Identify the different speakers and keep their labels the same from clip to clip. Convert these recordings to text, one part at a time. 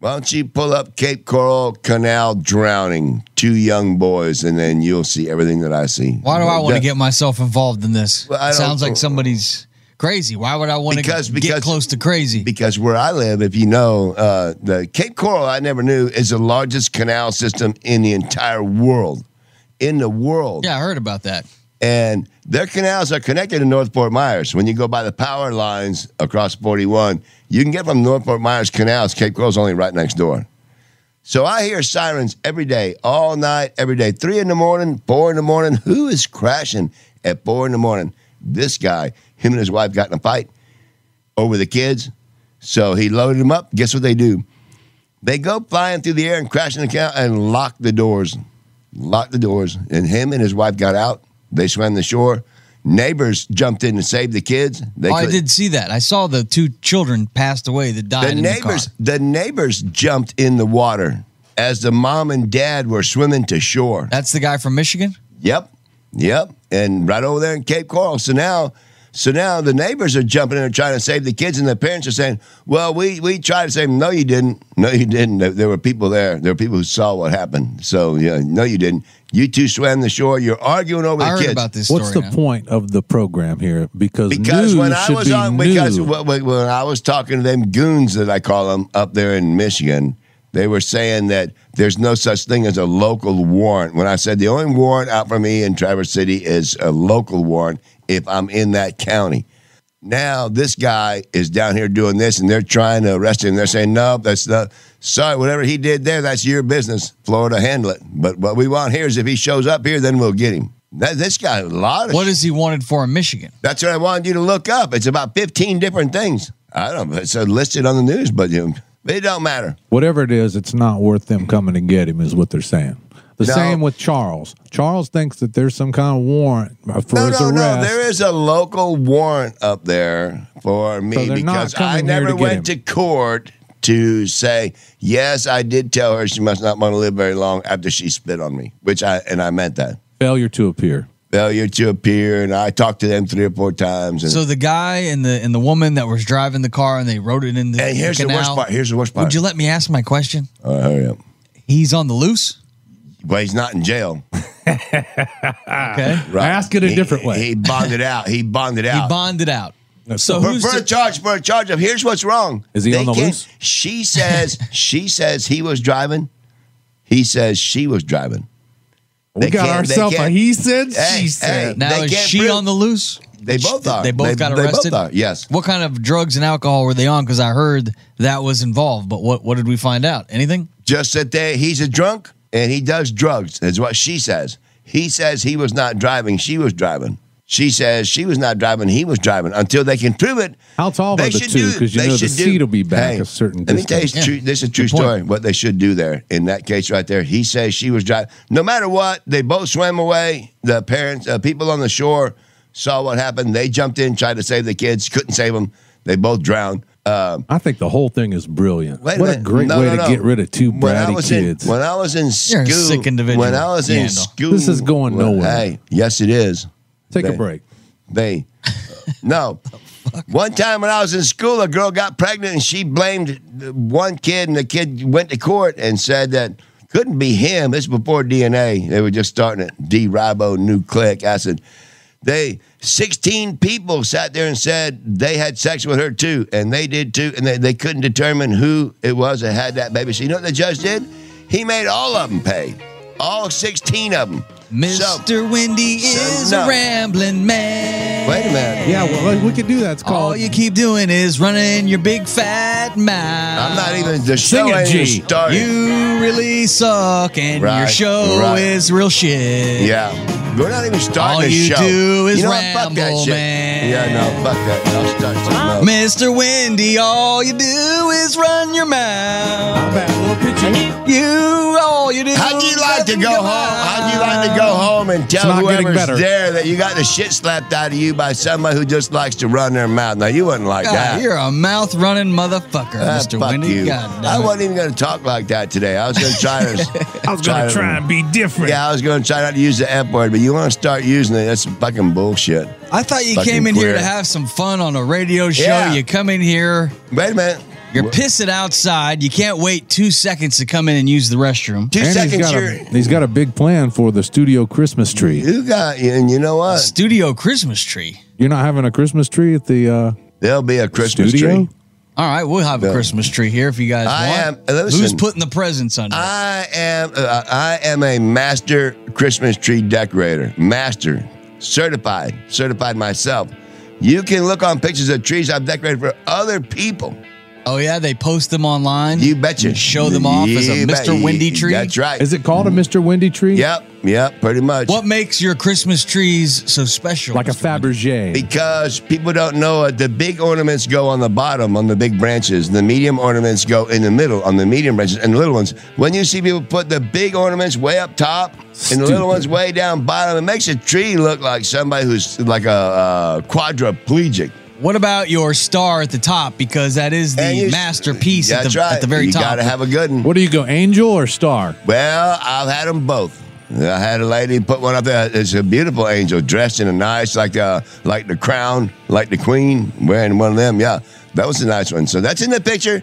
Speaker 1: Why don't you pull up Cape Coral Canal drowning, two young boys, and then you'll see everything that I see.
Speaker 2: Why do I want to
Speaker 1: Yeah,
Speaker 2: get myself involved in this?
Speaker 1: Well, I
Speaker 2: It sounds
Speaker 1: don't-
Speaker 2: like somebody's crazy. Why would I want to
Speaker 1: Because-
Speaker 2: get,
Speaker 1: because-
Speaker 2: close to crazy?
Speaker 1: Because where I live, if you know, uh, the Cape Coral, I never knew, is the largest canal system in the entire world. In the world.
Speaker 2: yeah, I heard about that.
Speaker 1: and their canals are connected to North Fort Myers. When you go by the power lines across 41, you can get from North Fort Myers canals. Cape Coral's only right next door. So I hear sirens every day, all night, every day. Three in the morning, four in the morning. Who is crashing at four in the morning? This guy, him and his wife got in a fight over the kids. So he loaded them up. Guess what they do? They go flying through the air and crashing the canal and lock the doors. Lock the doors. And him and his wife got out. They swam the shore. Neighbors jumped in to save the kids. They
Speaker 2: Oh, I
Speaker 1: couldn't-
Speaker 2: did see that. I saw the two children passed away that died.
Speaker 1: the
Speaker 2: in
Speaker 1: neighbors
Speaker 2: The car.
Speaker 1: the, neighbors jumped in the water as the mom and dad were swimming to shore.
Speaker 2: That's the guy from Michigan.
Speaker 1: Yep. Yep. And right over there in Cape Coral. So now so now the neighbors are jumping in and trying to save the kids, and the parents are saying, Well, we, we tried to save them. No, you didn't. No, you didn't. There, there were people there. There were people who saw what happened. So, yeah, no, you didn't. You two swam the shore. You're arguing over
Speaker 2: I
Speaker 1: the
Speaker 2: heard
Speaker 1: kids.
Speaker 2: about this story.
Speaker 3: What's the
Speaker 2: now.
Speaker 3: point of the program here? Because,
Speaker 1: Because
Speaker 3: news
Speaker 1: when I
Speaker 3: should
Speaker 1: was
Speaker 3: be
Speaker 1: on,
Speaker 3: new.
Speaker 1: because when, when when I was talking to them goons that I call them up there in Michigan, they were saying that there's no such thing as a local warrant. When I said the only warrant out for me in Traverse City is a local warrant if I'm in that county. Now this guy is down here doing this, and they're trying to arrest him. They're saying, "No, that's not. Sorry, whatever he did there, that's your business. Florida, handle it. But what we want here is if he shows up here, then we'll get him." That, this guy, a lot of
Speaker 2: What is he wanted for in Michigan?
Speaker 1: that's what I wanted you to look up. It's about 15 different things. I don't know. It's uh, listed on the news, but you, it don't matter.
Speaker 3: Whatever it is, it's not worth them coming to get him, is what they're saying. The
Speaker 1: No.
Speaker 3: same with Charles. Charles thinks that there's some kind of warrant uh, for
Speaker 1: No,
Speaker 3: his
Speaker 1: no,
Speaker 3: arrest.
Speaker 1: no. There is a local warrant up there for me
Speaker 3: So they're not
Speaker 1: because I
Speaker 3: coming here
Speaker 1: never
Speaker 3: to get
Speaker 1: went to
Speaker 3: him.
Speaker 1: court to say, yes, I did tell her she must not want to live very long after she spit on me, which I, and I meant that.
Speaker 3: Failure to appear.
Speaker 1: Failure to appear. And I talked to them three or four times. And,
Speaker 2: So the guy and the and the woman that was driving the car and they rode it into
Speaker 1: and here's
Speaker 2: the
Speaker 1: the
Speaker 2: canal.
Speaker 1: worst part. Here's the worst part.
Speaker 2: Would you let me ask my question?
Speaker 1: All right, hurry up.
Speaker 2: He's on the loose.
Speaker 1: But he's not in jail.
Speaker 3: Ah.
Speaker 2: Okay,
Speaker 1: Right.
Speaker 3: Ask it a
Speaker 1: He-
Speaker 3: different way.
Speaker 1: He bonded out. He bonded out.
Speaker 2: he bonded out. So
Speaker 1: for,
Speaker 2: who's
Speaker 1: for a
Speaker 2: to,
Speaker 1: charge for a charge of here's what's wrong.
Speaker 3: Is he on the
Speaker 1: can't-
Speaker 3: loose?
Speaker 1: She says she says he was driving. He says she was driving.
Speaker 3: we
Speaker 1: They
Speaker 3: got
Speaker 1: can't- they
Speaker 3: ourselves a
Speaker 1: can't-
Speaker 3: he said,
Speaker 1: Hey,
Speaker 3: she
Speaker 1: hey,
Speaker 3: said.
Speaker 2: now
Speaker 1: they
Speaker 2: is
Speaker 1: can't
Speaker 2: she
Speaker 1: prove-
Speaker 2: on the loose?
Speaker 1: They both are.
Speaker 2: They both got arrested.
Speaker 1: They both are. Yes.
Speaker 2: What kind of drugs and alcohol were they on? Because I heard that was involved. But what what did we find out? Anything?
Speaker 1: Just that they he's a drunk and he does drugs. Is what she says. He says he was not driving. She was driving. She says she was not driving. He was driving. Until they can prove it.
Speaker 3: How tall
Speaker 1: They
Speaker 3: are the
Speaker 1: should
Speaker 3: two?
Speaker 1: do-
Speaker 3: Because you
Speaker 1: they
Speaker 3: know the
Speaker 1: should do-
Speaker 3: seat will be back
Speaker 1: Hey,
Speaker 3: a certain
Speaker 1: Let me tell you,
Speaker 3: distance.
Speaker 1: it's true, this is a true
Speaker 2: Good point.
Speaker 1: story. What they should do there in that case right there, he says she was driving. No matter what, they both swam away. The parents, uh, people on the shore, saw what happened. They jumped in, tried to save the kids, couldn't save them. They both drowned. Um,
Speaker 3: I think the whole thing is brilliant.
Speaker 1: wait
Speaker 3: what a
Speaker 1: minute.
Speaker 3: great
Speaker 1: No,
Speaker 3: way
Speaker 1: no,
Speaker 3: to
Speaker 1: no.
Speaker 3: get rid of two
Speaker 1: When I
Speaker 3: bratty
Speaker 1: was in-
Speaker 3: kids.
Speaker 1: when I was in
Speaker 2: You're
Speaker 1: school,
Speaker 2: a sick individual,
Speaker 1: when I was in
Speaker 2: Yandel.
Speaker 1: school,
Speaker 3: This is going
Speaker 1: when-
Speaker 3: nowhere.
Speaker 1: Hey, yes, it is.
Speaker 3: Take a
Speaker 1: They-
Speaker 3: break.
Speaker 1: They, uh, no. One time when I was in school, a girl got pregnant and she blamed the one kid, and the kid went to court and said that couldn't be him. This was before DNA. They were just starting it. D-ribonucleic acid. They 16 people sat there and said they had sex with her too, and they did too, and they, they couldn't determine who it was that had that baby. So you know what the judge did? He made all of them pay, all 16 of them.
Speaker 2: Mr. Windy
Speaker 1: so
Speaker 2: is
Speaker 1: no.
Speaker 2: a rambling man.
Speaker 1: Wait a minute.
Speaker 3: Yeah, well, like, we could do that. It's
Speaker 2: All
Speaker 3: called
Speaker 2: you keep doing is running your big fat mouth.
Speaker 1: I'm not even the show
Speaker 3: Sing it,
Speaker 1: ain't even
Speaker 3: G.
Speaker 1: started.
Speaker 2: You really suck, and
Speaker 1: Right,
Speaker 2: your show
Speaker 1: right.
Speaker 2: is real shit.
Speaker 1: Yeah. We're not even starting
Speaker 2: All
Speaker 1: the
Speaker 2: you
Speaker 1: show.
Speaker 2: do is
Speaker 1: you know what? Fuck that
Speaker 2: ramble,
Speaker 1: shit.
Speaker 2: man.
Speaker 1: Yeah, no, fuck that. I'll start something else.
Speaker 2: Mr. Windy, all you do is run your mouth. You, all you do.
Speaker 1: How'd you
Speaker 2: is
Speaker 1: like to
Speaker 2: run
Speaker 1: go
Speaker 2: your
Speaker 1: home? How'd you like to go home and tell
Speaker 3: not getting better.
Speaker 1: whoever's there that you got the shit slapped out of you by somebody who just likes to run their mouth? Now, you wouldn't like
Speaker 2: God,
Speaker 1: that.
Speaker 2: You're a mouth running motherfucker,
Speaker 1: Ah,
Speaker 2: Mr.
Speaker 1: fuck
Speaker 2: Windy.
Speaker 1: you.
Speaker 2: God
Speaker 1: I
Speaker 2: damn it.
Speaker 1: wasn't even going to talk like that today. I was going to try to.
Speaker 4: I was going to try and be different.
Speaker 1: Yeah, I was going to try not to use the F word, but you want to start using it. That's fucking bullshit.
Speaker 2: I thought you
Speaker 1: Fucking
Speaker 2: came in here
Speaker 1: queer.
Speaker 2: to have some fun on a radio show.
Speaker 1: Yeah.
Speaker 2: You come in here.
Speaker 1: Wait a minute.
Speaker 2: You're pissing outside. You can't wait two seconds to come in and use the restroom.
Speaker 1: Two
Speaker 3: And he's
Speaker 1: seconds,
Speaker 3: got,
Speaker 1: you're.
Speaker 3: a, he's got a big plan for the studio Christmas tree.
Speaker 1: You got, and you know what?
Speaker 2: Studio Christmas tree.
Speaker 3: You're not having a Christmas tree at the uh,
Speaker 1: There'll be a Christmas
Speaker 3: studio?
Speaker 1: tree.
Speaker 2: All right, we'll have a
Speaker 1: Yeah.
Speaker 2: Christmas tree here if you guys
Speaker 1: I
Speaker 2: want.
Speaker 1: am- listen.
Speaker 2: Who's putting the presents under? it?
Speaker 1: I am, uh, I am a master Christmas tree decorator, master, certified, certified myself. You can look on pictures of trees I've decorated for other people.
Speaker 2: oh yeah, they post them online.
Speaker 1: You betcha.
Speaker 2: And show them off as a
Speaker 1: You bet-
Speaker 2: Mr. Windy tree?
Speaker 1: That's right.
Speaker 3: Is it called a Mr. Windy tree?
Speaker 1: Yep, yep, pretty much.
Speaker 2: What makes your Christmas trees so special?
Speaker 3: Like a
Speaker 2: Mr. Windy?
Speaker 3: Fabergé.
Speaker 1: Because people don't know it, the big ornaments go on the bottom on the big branches. The medium ornaments go in the middle on the medium branches and the little ones. When you see people put the big ornaments way up top and the
Speaker 3: Stupid.
Speaker 1: little ones way down bottom, it makes a tree look like somebody who's like a uh, quadriplegic.
Speaker 2: What about your star at the top? Because that is the
Speaker 1: And you-
Speaker 2: masterpiece at
Speaker 1: That's
Speaker 2: the,
Speaker 1: right.
Speaker 2: at the very
Speaker 1: you
Speaker 2: top.
Speaker 1: gotta have a good one.
Speaker 3: What do you go, angel or star?
Speaker 1: Well, I've had them both. I had a lady put one up there. It's a beautiful angel dressed in a nice, like uh, like the crown, like the queen, wearing one of them. Yeah, that was a nice one. So that's in the picture.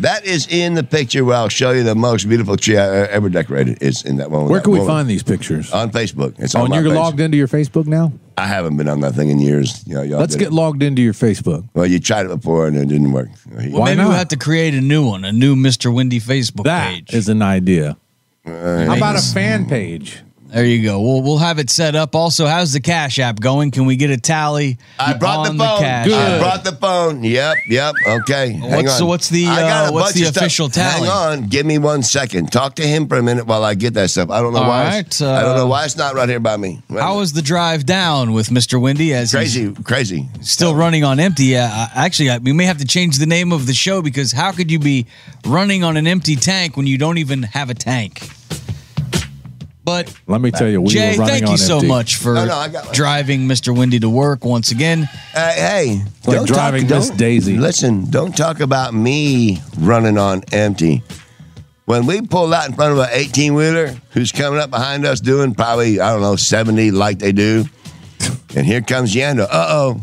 Speaker 1: That is in the picture where I'll show you the most beautiful tree I uh, ever decorated. Is in that one. with
Speaker 3: Where
Speaker 1: that
Speaker 3: can we
Speaker 1: woman.
Speaker 3: find these pictures?
Speaker 1: On Facebook. uh, It's
Speaker 3: oh,
Speaker 1: on
Speaker 3: and
Speaker 1: my
Speaker 3: you're
Speaker 1: page.
Speaker 3: logged into your Facebook now?
Speaker 1: I haven't been on that thing in years. You know, y'all
Speaker 3: Let's
Speaker 1: did
Speaker 3: get
Speaker 1: it.
Speaker 3: logged into your Facebook.
Speaker 1: Well, you tried it before and it didn't work.
Speaker 2: well,
Speaker 3: Why
Speaker 2: maybe we'll
Speaker 3: not?
Speaker 2: have to create a new one, a new Mr. Windy Facebook
Speaker 3: That is
Speaker 2: page.
Speaker 3: an idea. How about a
Speaker 2: Thanks.
Speaker 3: fan page?
Speaker 2: there you go. We'll we'll have it set up. Also, how's the Cash App going? Can we get a tally
Speaker 1: I brought the
Speaker 2: on
Speaker 1: phone.
Speaker 2: Cash
Speaker 3: Good.
Speaker 1: I
Speaker 2: App?
Speaker 1: brought the phone. Yep, yep. Okay. Hang
Speaker 2: What's-
Speaker 1: on.
Speaker 2: so what's the,
Speaker 1: I got
Speaker 2: uh,
Speaker 1: a
Speaker 2: what's
Speaker 1: bunch
Speaker 2: the
Speaker 1: of stuff.
Speaker 2: official
Speaker 1: Hang
Speaker 2: tally?
Speaker 1: on. Give me one second. Talk to him for a minute while I get that stuff. I don't know
Speaker 2: All
Speaker 1: why.
Speaker 2: right,
Speaker 1: it's, I don't know
Speaker 2: uh,
Speaker 1: why it's not right here by me. Wait a
Speaker 2: How
Speaker 1: minute.
Speaker 2: was the drive down with Mr. Windy as he's
Speaker 1: crazy? Crazy.
Speaker 2: still running on empty? Uh, I- actually, I, we may have to change the name of the show because how could you be running on an empty tank when you don't even have a tank? But
Speaker 3: Let me tell you, we
Speaker 2: Jay,
Speaker 3: were running
Speaker 2: thank
Speaker 3: on
Speaker 2: you so
Speaker 3: empty.
Speaker 2: much for
Speaker 1: No, no, I got one.
Speaker 2: driving Mr. Windy to work once again.
Speaker 1: Hey, Uh, hey
Speaker 3: Like
Speaker 1: don't
Speaker 3: driving
Speaker 1: talk,
Speaker 3: Miss
Speaker 1: don't-
Speaker 3: Daisy.
Speaker 1: Listen, don't talk about me running on empty. When we pull out in front of an 18 wheeler who's coming up behind us doing probably, I don't know, 70 like they do, and here comes Yando. Uh oh.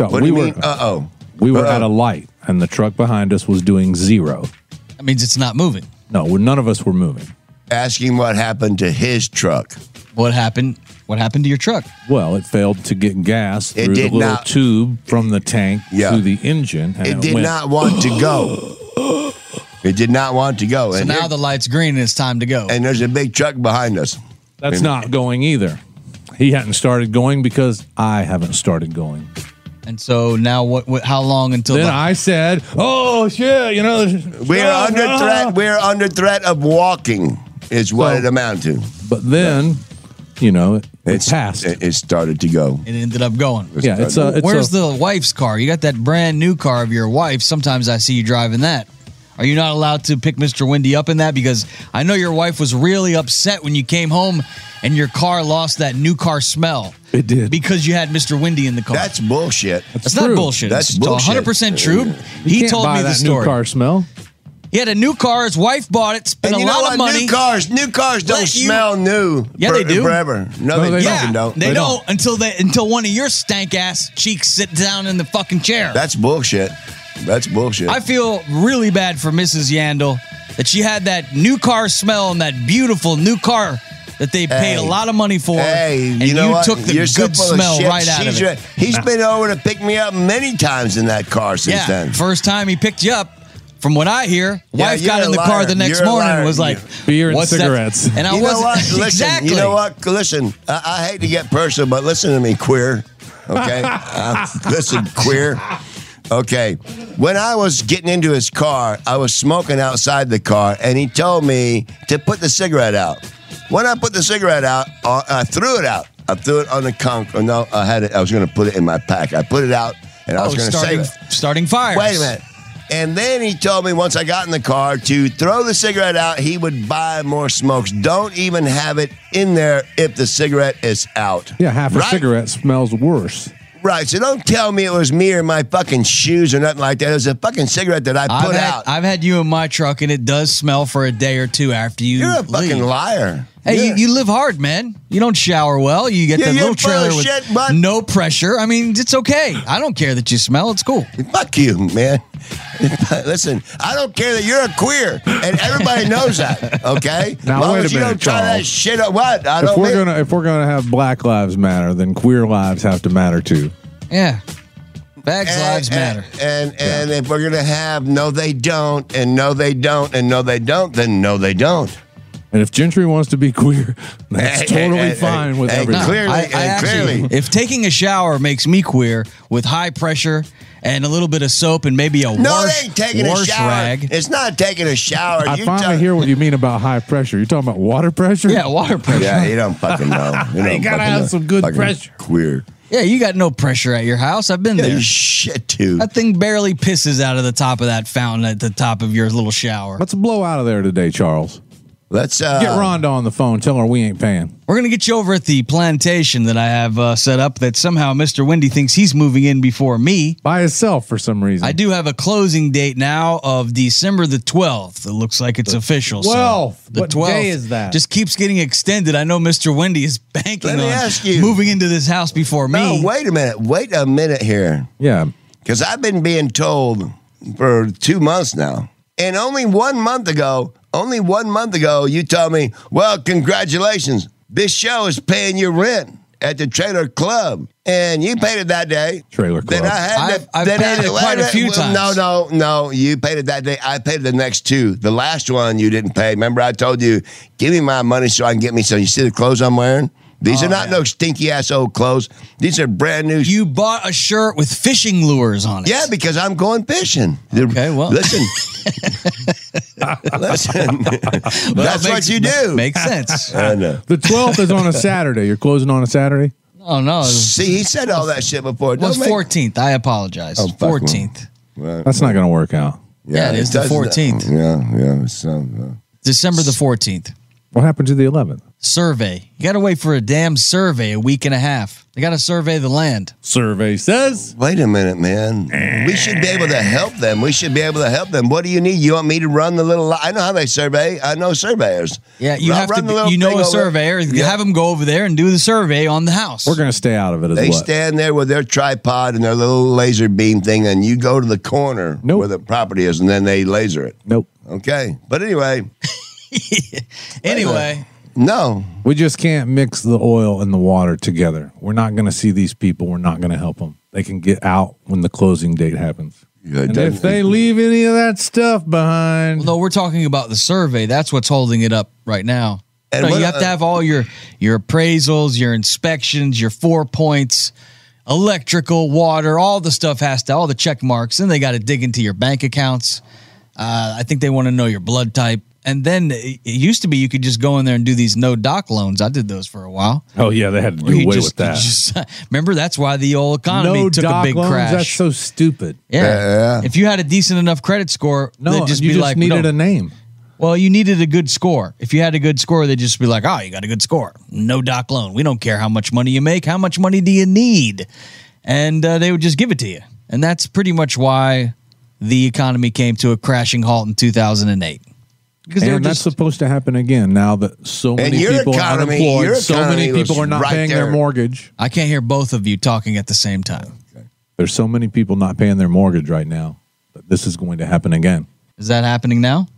Speaker 3: No,
Speaker 1: What
Speaker 3: we
Speaker 1: do you
Speaker 3: were
Speaker 1: mean? Uh oh.
Speaker 3: we were at a light, and the truck behind us was doing zero.
Speaker 2: That means it's not moving.
Speaker 3: No, we none of us were moving.
Speaker 1: asking what happened to his truck.
Speaker 2: What happened? What happened to your truck?
Speaker 3: Well, it failed to get gas
Speaker 1: It
Speaker 3: through the
Speaker 1: did
Speaker 3: little
Speaker 1: not-
Speaker 3: tube from the tank
Speaker 1: Yeah.
Speaker 3: to the engine, and it,
Speaker 1: It did
Speaker 3: went.
Speaker 1: not want to go. It did not want to go.
Speaker 2: So
Speaker 1: and,
Speaker 2: now
Speaker 1: here-
Speaker 2: the light's green and it's time to go.
Speaker 1: and there's a big truck behind us.
Speaker 3: That's not going either. He hadn't started going because I haven't started going.
Speaker 2: And so now what, what how long until
Speaker 3: Then
Speaker 2: the-
Speaker 3: I said, "Oh shit, you know." uh-huh."
Speaker 1: We're under threat. We're under threat of walking. Is what
Speaker 3: So-
Speaker 1: it amounted to.
Speaker 3: But then, you know, it, it
Speaker 1: It's-
Speaker 3: passed.
Speaker 1: It, it started to go.
Speaker 2: it ended up going?
Speaker 3: yeah, it's a. It's
Speaker 2: Where's
Speaker 3: a,
Speaker 2: the wife's car? You got that brand new car of your wife. Sometimes I see you driving that. Are you not allowed to pick Mr. Windy up in that? Because I know your wife was really upset when you came home and your car lost that new car smell.
Speaker 3: It did.
Speaker 2: Because you had Mr. Windy in the car.
Speaker 1: That's bullshit.
Speaker 2: That's
Speaker 3: true.
Speaker 2: not bullshit.
Speaker 1: That's
Speaker 2: That's
Speaker 1: bullshit.
Speaker 2: 100% true.
Speaker 3: You
Speaker 2: He
Speaker 3: can't
Speaker 2: told
Speaker 3: buy
Speaker 2: me the
Speaker 3: that
Speaker 2: story.
Speaker 3: new car smell.
Speaker 2: He had a new car. His wife bought it, spent
Speaker 1: And
Speaker 2: a
Speaker 1: you know
Speaker 2: lot
Speaker 1: what?
Speaker 2: of money.
Speaker 1: New cars. New cars don't
Speaker 2: Let you-
Speaker 1: smell new.
Speaker 2: Yeah, they do.
Speaker 1: Forever. No,
Speaker 3: No,
Speaker 1: they,
Speaker 3: they
Speaker 1: fucking
Speaker 2: yeah,
Speaker 1: don't.
Speaker 2: they,
Speaker 3: They
Speaker 2: don't.
Speaker 3: don't.
Speaker 2: until they until one of your stank ass cheeks sit down in the fucking chair.
Speaker 1: That's bullshit. That's bullshit.
Speaker 2: I feel really bad for Mrs. Yandel that she had that new car smell and that beautiful new car that they paid
Speaker 1: Hey.
Speaker 2: a lot of money for.
Speaker 1: Hey,
Speaker 2: and
Speaker 1: you know what?
Speaker 2: took the
Speaker 1: You're so
Speaker 2: good
Speaker 1: full of
Speaker 2: smell
Speaker 1: shit.
Speaker 2: right out
Speaker 1: She's
Speaker 2: of it.
Speaker 1: right. He's been over to pick me up many times in that car since
Speaker 2: Yeah,
Speaker 1: then.
Speaker 2: first time he picked you up. From what I hear,
Speaker 1: Yeah,
Speaker 2: wife
Speaker 1: you're
Speaker 2: got in
Speaker 1: a
Speaker 2: the car
Speaker 1: liar.
Speaker 2: the next
Speaker 1: You're a
Speaker 2: morning
Speaker 1: liar.
Speaker 2: and was like,
Speaker 3: Beer and
Speaker 2: "What's that?"
Speaker 3: cigarows.
Speaker 2: And I
Speaker 1: you know
Speaker 2: wasn't
Speaker 1: what? Listen,
Speaker 2: exactly.
Speaker 1: you know what? Listen, I, I hate to get personal, but listen to me, queer. Okay, Uh, listen, queer. Okay, when I was getting into his car, I was smoking outside the car, and he told me to put the cigarette out. When I put the cigarette out, uh, I threw it out. I threw it on the concrete. No, I had it. I was going to put it in my pack. I put it out, and I
Speaker 2: Oh,
Speaker 1: was going to save
Speaker 2: starting
Speaker 1: it.
Speaker 2: starting fires.
Speaker 1: Wait a minute. And then he told me once I got in the car to throw the cigarette out, he would buy more smokes. Don't even have it in there if the cigarette is out.
Speaker 3: Yeah, half a
Speaker 1: Right?
Speaker 3: cigarette smells worse.
Speaker 1: Right. So don't tell me it was me or my fucking shoes or nothing like that. It was a fucking cigarette that I
Speaker 2: I've
Speaker 1: put
Speaker 2: had,
Speaker 1: out.
Speaker 2: I've had you in my truck, and it does smell for a day or two after you
Speaker 1: You're a
Speaker 2: leave.
Speaker 1: fucking liar.
Speaker 2: Hey,
Speaker 1: You're-
Speaker 2: you, you live hard, man. You don't shower well. You get
Speaker 1: Yeah,
Speaker 2: that
Speaker 1: you're
Speaker 2: little
Speaker 1: full
Speaker 2: trailer
Speaker 1: of
Speaker 2: with
Speaker 1: shit, bud.
Speaker 2: no pressure. I mean, it's okay. I don't care that you smell. It's cool.
Speaker 1: Fuck you, man. Listen, I don't care that you're a queer, and everybody knows that. Okay.
Speaker 3: Now,
Speaker 1: Long
Speaker 3: wait a
Speaker 1: as you
Speaker 3: minute,
Speaker 1: don't try that
Speaker 3: Charles.
Speaker 1: shit up. What? I
Speaker 3: If
Speaker 1: don't.
Speaker 3: we're
Speaker 1: mean-
Speaker 3: gonna if we're gonna have Black Lives Matter, then queer lives have to matter too.
Speaker 2: Yeah. Bags
Speaker 1: Eh,
Speaker 2: lives matter.
Speaker 1: And and, and if we're gonna have no, they don't, and no, they don't, and no, they don't, then no, they don't.
Speaker 3: And if Gentry wants to be queer, that's
Speaker 1: Hey, hey,
Speaker 3: totally
Speaker 1: hey, hey,
Speaker 3: fine with
Speaker 1: hey,
Speaker 3: everything.
Speaker 1: clearly,
Speaker 2: I- I
Speaker 1: and
Speaker 2: actually-
Speaker 1: clearly.
Speaker 2: if taking a shower makes me queer with high pressure and a little bit of soap and maybe a
Speaker 1: No,
Speaker 2: wash,
Speaker 1: they ain't taking a
Speaker 2: wash
Speaker 1: shower.
Speaker 2: rag.
Speaker 1: It's not taking a shower.
Speaker 3: I
Speaker 1: You
Speaker 3: finally
Speaker 1: tell-
Speaker 3: hear what you mean about high pressure. You're talking about water pressure?
Speaker 2: Yeah, water pressure.
Speaker 1: Yeah,
Speaker 2: Yeah.
Speaker 1: you don't fucking know. You, don't
Speaker 3: gotta
Speaker 1: fucking
Speaker 3: have
Speaker 1: know.
Speaker 3: some good
Speaker 1: Fucking
Speaker 3: pressure.
Speaker 1: Queer.
Speaker 2: you got no pressure at your house. I've been
Speaker 1: Yeah,
Speaker 2: there.
Speaker 1: you shit, dude.
Speaker 2: That thing barely pisses out of the top of that fountain at the top of your little shower.
Speaker 3: Let's blow out of there today, Charles.
Speaker 1: Let's uh,
Speaker 3: Get Rhonda on the phone. Tell her we ain't paying.
Speaker 2: We're gonna get you over at the plantation that I have uh, set up. That somehow Mr. Wendy thinks he's moving in before me.
Speaker 3: By itself for some reason.
Speaker 2: I do have a closing date now of December the 12th. It looks like it's official. so
Speaker 3: 12th.
Speaker 2: the
Speaker 3: What
Speaker 2: 12th
Speaker 3: day is that?
Speaker 2: Just keeps getting extended. I know Mr. Wendy is banking
Speaker 1: Let me
Speaker 2: on
Speaker 1: ask you.
Speaker 2: moving into this house before
Speaker 1: No,
Speaker 2: me.
Speaker 1: oh, wait a minute. Wait a minute here,
Speaker 3: Yeah.
Speaker 1: because I've been being told for two months now, and only one month ago, only one month ago, you told me, "Well, congratulations, this show is paying your rent." At the trailer club, and you paid it that day.
Speaker 3: Trailer
Speaker 1: Then
Speaker 3: club.
Speaker 1: I had
Speaker 2: I've-
Speaker 1: to-
Speaker 2: I've
Speaker 1: then
Speaker 2: paid
Speaker 1: I-
Speaker 2: it quite a
Speaker 1: wait
Speaker 2: few
Speaker 1: minute. Well,
Speaker 2: times.
Speaker 1: No, no, no. You paid it that day. I paid the next two. The last one you didn't pay. Remember, I told you, give me my money so I can get me some. You see the clothes I'm wearing? These are not no stinky ass old clothes. These are brand new.
Speaker 2: Oh, You bought a shirt with fishing lures on it.
Speaker 1: yeah, because I'm going fishing.
Speaker 2: Okay, well.
Speaker 1: listen. listen.
Speaker 2: Well,
Speaker 1: That's
Speaker 2: makes-
Speaker 1: what you do.
Speaker 2: Makes sense.
Speaker 1: I know.
Speaker 3: The 12th is on a Saturday. You're closing on a Saturday?
Speaker 2: oh no, it
Speaker 1: See, he said all that shit before. Don't
Speaker 2: was
Speaker 1: make-
Speaker 2: 14th. I apologize.
Speaker 1: Oh, fuck, well.
Speaker 2: 14th.
Speaker 3: That's not going to work out.
Speaker 2: Yeah, it is the
Speaker 1: doesn't-
Speaker 2: 14th.
Speaker 1: Yeah, yeah. So, uh,
Speaker 2: December the 14th.
Speaker 3: What happened to the 11th?
Speaker 2: Survey. You got to wait for a damn survey a week and a half. They got to survey the land.
Speaker 3: Survey says.
Speaker 1: Wait a minute, man. We should be able to help them. We should be able to help them. What do you need? You want me to run the little? Li- I know how they survey. I know surveyors.
Speaker 2: Yeah, you
Speaker 1: I'll
Speaker 2: have to.
Speaker 1: run the
Speaker 2: Be,
Speaker 1: little
Speaker 2: you know
Speaker 1: thing
Speaker 2: a
Speaker 1: over-
Speaker 2: surveyor. You
Speaker 1: Yeah.
Speaker 2: have them go over there and do the survey on the house.
Speaker 3: We're going to stay out of it as
Speaker 1: They
Speaker 3: well.
Speaker 1: stand there with their tripod and their little laser beam thing, and you go to the corner
Speaker 3: Nope.
Speaker 1: where the property is, and then they laser it.
Speaker 3: nope.
Speaker 1: Okay, but anyway,
Speaker 2: anyway,
Speaker 1: no.
Speaker 3: We just can't mix the oil and the water together. We're not going to see these people. We're not going to help them. They can get out when the closing date happens.
Speaker 1: Yeah, it
Speaker 3: and
Speaker 1: doesn't-
Speaker 3: if they leave any of that stuff behind,
Speaker 2: no, we're talking about the survey. That's what's holding it up right now.
Speaker 1: And
Speaker 2: No,
Speaker 1: what- uh,
Speaker 2: you have to have all your your appraisals, your inspections, your four points, electrical, water, all the stuff has to all the check marks. Then they got to dig into your bank accounts. Uh, I think they want to know your blood type. And then it it used to be you could just go in there and do these no doc loans. I did those for a while.
Speaker 3: oh yeah, they had to do
Speaker 2: You
Speaker 3: away
Speaker 2: just-
Speaker 3: with that.
Speaker 2: you just- remember, that's why the old economy
Speaker 3: no
Speaker 2: took a
Speaker 3: doc
Speaker 2: big
Speaker 3: loans.
Speaker 2: crash.
Speaker 3: That's so stupid.
Speaker 2: yeah.
Speaker 1: Yeah.
Speaker 2: If you had a decent enough credit score,
Speaker 3: No,
Speaker 2: they'd just
Speaker 3: you
Speaker 2: be
Speaker 3: just
Speaker 2: like,
Speaker 3: needed
Speaker 2: no.
Speaker 3: a name.
Speaker 2: well, you needed a good score. If you had a good score, they'd just be like, oh, you got a good score. No doc loan. We don't care how much money you make. How much money do you need? And uh, they would just give it to you. And that's pretty much why the economy came to a crashing halt in 2008. Because
Speaker 3: And that's supposed to happen again now that so many
Speaker 1: your
Speaker 3: people are
Speaker 1: economy-
Speaker 3: unemployed.
Speaker 1: your
Speaker 3: so many
Speaker 1: economy was
Speaker 3: people are not
Speaker 1: right
Speaker 3: paying
Speaker 1: there.
Speaker 3: their mortgage.
Speaker 2: I can't hear both of you talking at the same time.
Speaker 3: There's so many people not paying their mortgage right now that this is going to happen again.
Speaker 2: Is that happening now?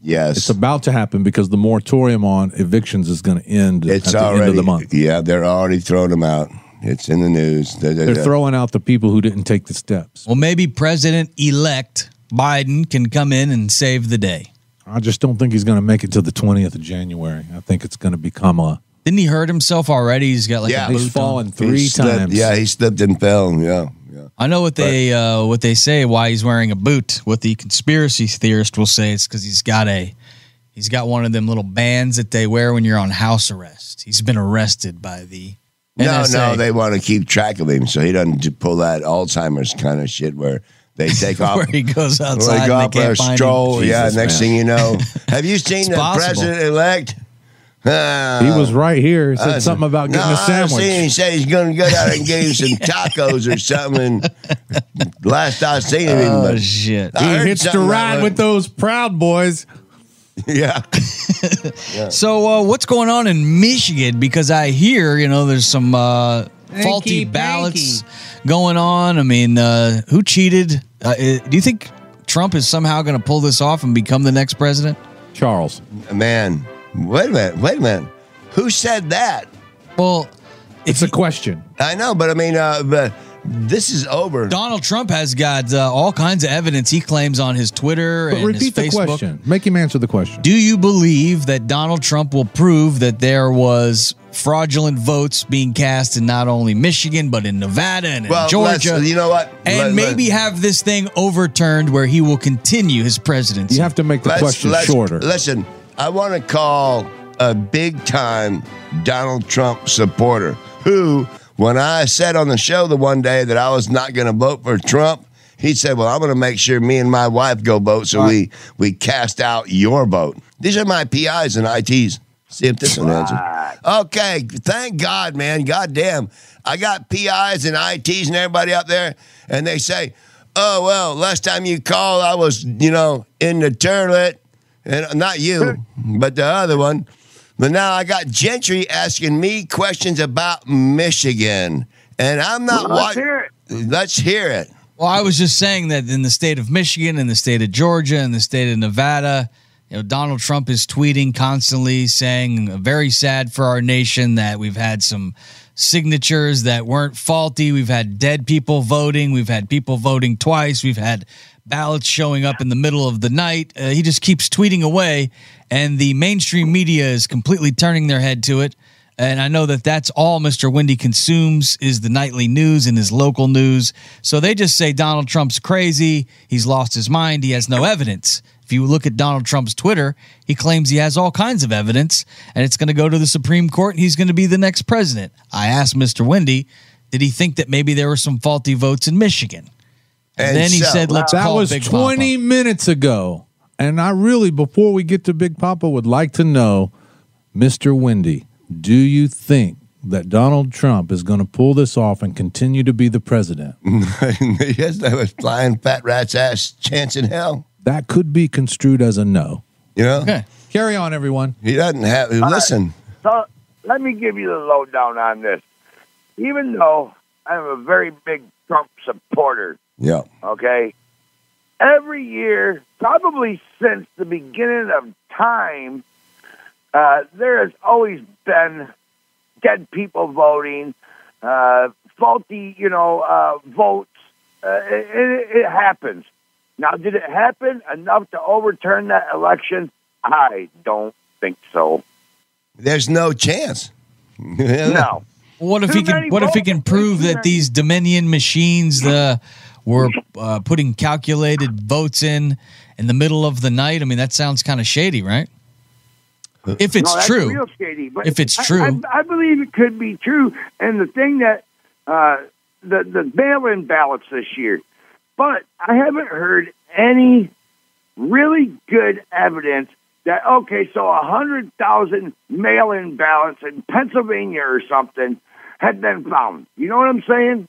Speaker 1: Yes.
Speaker 3: It's about to happen because the moratorium on evictions is going to end
Speaker 1: It's
Speaker 3: at the
Speaker 1: already.
Speaker 3: end of the month.
Speaker 1: Yeah, they're already throwing them out. It's in the news. They're,
Speaker 3: They're throwing out the people who didn't take the steps.
Speaker 2: Well, maybe President elect Biden can come in and save the day.
Speaker 3: I just don't think he's going to make it to the 20th of January. I think it's going to become a.
Speaker 2: Didn't he hurt himself already? He's got like
Speaker 1: Yeah.
Speaker 2: a boot
Speaker 3: He's fallen
Speaker 2: on.
Speaker 3: three
Speaker 1: he slipped-
Speaker 3: times.
Speaker 1: yeah, he slipped and fell. Yeah, yeah.
Speaker 2: I know what they uh, what they say why he's wearing a boot. What the conspiracy theorist will say is because he's got a he's got one of them little bands that they wear when you're on house arrest. He's been arrested by the
Speaker 1: No,
Speaker 2: NSA.
Speaker 1: no, they want to keep track of him so he doesn't do- pull that Alzheimer's kind of shit where they take off.
Speaker 2: where he goes
Speaker 1: where
Speaker 2: outside
Speaker 1: they go
Speaker 2: and
Speaker 1: out
Speaker 2: they
Speaker 1: for
Speaker 2: can't
Speaker 1: a
Speaker 2: find him.
Speaker 1: stroll.
Speaker 3: Jesus,
Speaker 1: yeah, next
Speaker 3: man.
Speaker 1: thing you know, have you seen the
Speaker 2: possible.
Speaker 1: president elect?
Speaker 3: He
Speaker 1: uh,
Speaker 3: was right here. He said something about getting
Speaker 1: no,
Speaker 3: a
Speaker 1: I seen he
Speaker 3: sandwich.
Speaker 1: said he's going to go out and get him some tacos or something. And last I seen of him,
Speaker 2: Oh
Speaker 1: but-
Speaker 2: shit!
Speaker 1: I heard
Speaker 3: He hitched a
Speaker 1: something
Speaker 3: ride
Speaker 1: about
Speaker 3: with
Speaker 1: it.
Speaker 3: those Proud Boys.
Speaker 1: yeah,
Speaker 2: So uh, what's going on in Michigan? Because I hear you know there's some uh, faulty
Speaker 3: Rinky-dinky.
Speaker 2: ballots going on. I mean, uh, who cheated? Uh, uh, do you think Trump is somehow going to pull this off and become the next president?
Speaker 3: Charles.
Speaker 1: Man, wait a minute, wait a minute. Who said that?
Speaker 2: Well,
Speaker 3: It's a question.
Speaker 1: I know, but I mean, uh, but this is over.
Speaker 2: Donald Trump has got uh, all kinds of evidence he claims on his Twitter
Speaker 3: But
Speaker 2: and his
Speaker 3: repeat the
Speaker 2: Facebook.
Speaker 3: question. Make him answer the question.
Speaker 2: Do you believe that Donald Trump will prove that there was fraudulent votes being cast in not only Michigan but in Nevada and in
Speaker 1: well, let's-
Speaker 2: Georgia?
Speaker 1: you know what?
Speaker 2: and
Speaker 1: Let- let-
Speaker 2: maybe have this thing overturned where he will continue his presidency.
Speaker 3: you have to make the question shorter.
Speaker 1: Listen, I want to call a big time Donald Trump supporter who, when I said on the show the one day that I was not going to vote for Trump, he said, "Well, I'm going to make sure me and my wife go vote, so we we cast out your vote." These are my PIs and ITs. See if this one answers. Okay, thank God, man. God damn. I got PIs and ITs and everybody up there, and they say, oh, well, last time you called, I was, you know, in the toilet. And uh, not you, but the other one. But now I got Gentry asking me questions about Michigan. And I'm not
Speaker 5: Let's
Speaker 1: watching.
Speaker 5: hear it.
Speaker 1: Let's hear it.
Speaker 2: Well, I was just saying that in the state of Michigan, in the state of Georgia, in the state of Nevada, you know, Donald Trump is tweeting constantly saying uh, very sad for our nation that we've had some signatures that weren't faulty. We've had dead people voting. We've had people voting twice. We've had ballots showing up in the middle of the night. Uh, he just keeps tweeting away, and the mainstream media is completely turning their head to it. And I know that that's all Mr. Wendy consumes is the nightly news and his local news. So they just say Donald Trump's crazy. He's lost his mind. He has no evidence. If you look at Donald Trump's Twitter, he claims he has all kinds of evidence and it's going to go to the Supreme Court and he's going to be the next president. I asked Mr. Wendy, did he think that maybe there were some faulty votes in Michigan? And,
Speaker 1: And
Speaker 2: then he
Speaker 1: so-
Speaker 2: said, let's
Speaker 3: that
Speaker 2: call
Speaker 3: was
Speaker 2: Big
Speaker 3: 20
Speaker 2: Papa.
Speaker 3: minutes ago. And I really, before we get to Big Papa, would like to know, Mr. Wendy, do you think that Donald Trump is going to pull this off and continue to be the president?
Speaker 1: yes, that was flying fat rat's ass chance in hell.
Speaker 3: That could be construed as a no.
Speaker 1: You know?
Speaker 2: Okay.
Speaker 3: Carry on, everyone.
Speaker 1: He doesn't have. listen,
Speaker 5: So let me give you the lowdown on this. Even though I'm a very big Trump supporter,
Speaker 1: yeah.
Speaker 5: okay? Every year, probably since the beginning of time, uh, there has always been dead people voting, uh, faulty, you know, uh, votes. Uh, it, it, it happens. Now, did it happen enough to overturn that election? I don't think so.
Speaker 1: There's no chance.
Speaker 5: No.
Speaker 2: What if
Speaker 5: Too
Speaker 2: he can?
Speaker 5: many
Speaker 2: What if he
Speaker 5: votes.
Speaker 2: can prove that these Dominion machines uh, were uh, putting calculated votes in in the middle of the night? I mean, that sounds kind of shady, right?
Speaker 1: Uh,
Speaker 2: If it's
Speaker 5: No, that's
Speaker 2: true,
Speaker 5: real shady, but
Speaker 2: If it's
Speaker 5: I-
Speaker 2: true.
Speaker 5: I, I, believe it could be true. And the thing that uh, the the mail-in ballots this year, but I haven't heard any really good evidence that okay, so a hundred thousand mail-in ballots in Pennsylvania or something had been found. You know what I'm saying?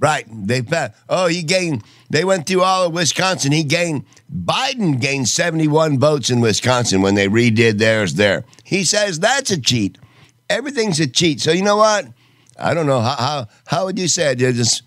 Speaker 1: Right. They found, oh, he gained, they went through all of Wisconsin. He gained, Biden gained 71 votes in Wisconsin when they redid theirs there. He says that's a cheat. Everything's a cheat. So you know what? I don't know. How, how, how would you say it? You're just,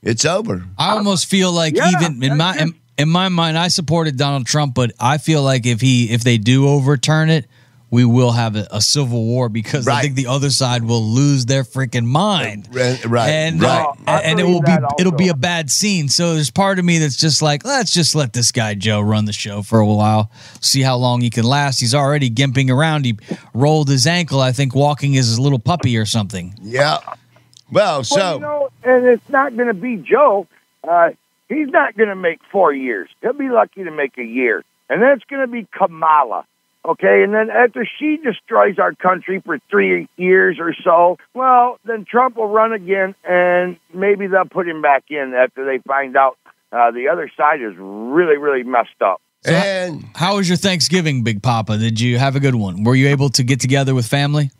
Speaker 1: it's over.
Speaker 2: I almost feel like
Speaker 5: Yeah,
Speaker 2: even in
Speaker 5: that's
Speaker 2: my in,
Speaker 5: it.
Speaker 2: in my mind, I supported Donald Trump, but I feel like if he if they do overturn it, we will have a, a civil war because I
Speaker 1: Right.
Speaker 2: think the other side will lose their freaking mind.
Speaker 1: Right. Right.
Speaker 2: and
Speaker 1: right.
Speaker 2: uh,
Speaker 5: Oh, I
Speaker 2: and it
Speaker 5: believe
Speaker 2: will be
Speaker 5: that
Speaker 2: it'll be
Speaker 5: also.
Speaker 2: a bad scene. So there's part of me that's just like, let's just let this guy Joe run the show for a while, see how long he can last. He's already gimping around. He rolled his ankle, I think, walking as his little puppy or something.
Speaker 1: yeah. Well, so.
Speaker 5: Well, you know, and it's not going to be Joe. Uh, he's not going to make four years. He'll be lucky to make a year, and then it's going to be Kamala. Okay, and then after she destroys our country for three years or so, well, then Trump will run again, and maybe they'll put him back in after they find out uh, the other side is really, really messed up.
Speaker 2: So-
Speaker 1: and
Speaker 2: How was your Thanksgiving, Big Papa? Did you have a good one? Were you able to get together with family?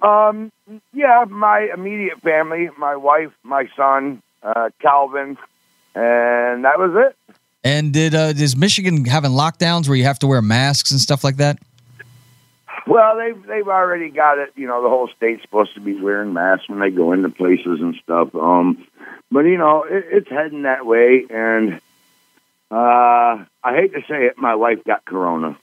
Speaker 5: Um, yeah, my immediate family, my wife, my son, uh, Calvin, and that was it.
Speaker 2: And did uh, is Michigan having lockdowns where you have to wear masks and stuff like that?
Speaker 5: Well, they've they've already got it. You know, the whole state's supposed to be wearing masks when they go into places and stuff. Um, but you know, it, it's heading that way, and Uh, I hate to say it, my wife got corona.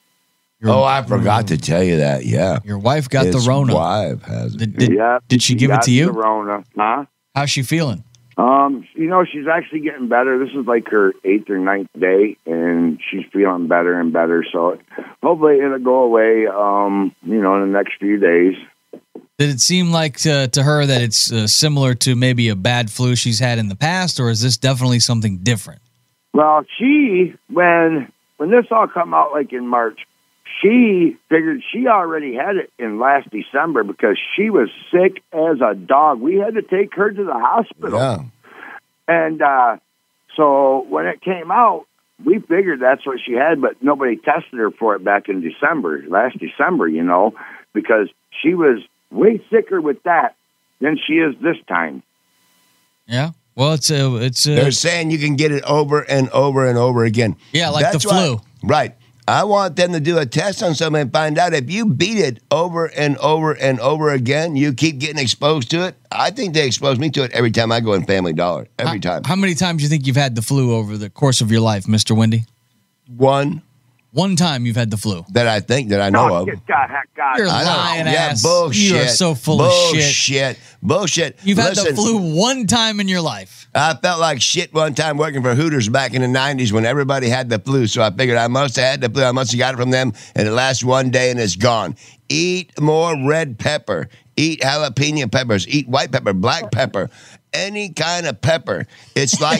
Speaker 2: Your-
Speaker 1: oh, I forgot to tell you that. Yeah.
Speaker 2: Your wife got the
Speaker 1: His
Speaker 2: Rona.
Speaker 1: Wife has it.
Speaker 2: Did, did,
Speaker 5: Yep,
Speaker 2: did she give it
Speaker 5: got
Speaker 2: to you?
Speaker 5: Corona, huh?
Speaker 2: How's she feeling?
Speaker 5: Um, you know, she's actually getting better. This is like her eighth or ninth day, and she's feeling better and better. So hopefully it'll go away, um, you know, in the next few days.
Speaker 2: Did it seem like to, to her that it's uh, similar to maybe a bad flu she's had in the past, or is this definitely something different?
Speaker 5: Well, she, when when this all come out like in March, she figured she already had it in last December because she was sick as a dog. We had to take her to the hospital.
Speaker 1: Yeah.
Speaker 5: And uh, so when it came out, we figured that's what she had, but nobody tested her for it back in December, last December, you know, because she was way sicker with that than she is this time.
Speaker 2: Yeah. Well, it's a it's uh, a,
Speaker 1: They're saying you can get it over and over and over again.
Speaker 2: yeah, like the
Speaker 1: That's why-
Speaker 2: flu.
Speaker 1: right. I want them to do a test on someone and find out if you beat it over and over and over again, you keep getting exposed to it. I think they expose me to it every time I go in Family Dollar. Every
Speaker 2: How-
Speaker 1: time.
Speaker 2: How, many times do you think you've had the flu over the course of your life, Mister Wendy?
Speaker 1: One
Speaker 2: One time you've had the flu.
Speaker 1: that I think that I know of.
Speaker 5: God, Oh, God, heck, God.
Speaker 2: You're
Speaker 1: I know.
Speaker 2: lying
Speaker 1: yeah,
Speaker 2: ass.
Speaker 1: bullshit.
Speaker 2: You are so full
Speaker 1: bullshit.
Speaker 2: of shit.
Speaker 1: Bullshit. Bullshit.
Speaker 2: You've had
Speaker 1: Listen,
Speaker 2: the flu one time in your life.
Speaker 1: I felt like shit one time working for Hooters back in the 90s when everybody had the flu. So I figured I must have had the flu. I must have got it from them. And it lasts one day and it's gone. Eat more red pepper. Eat jalapeno peppers. Eat white pepper, black pepper. Any kind of pepper. It's like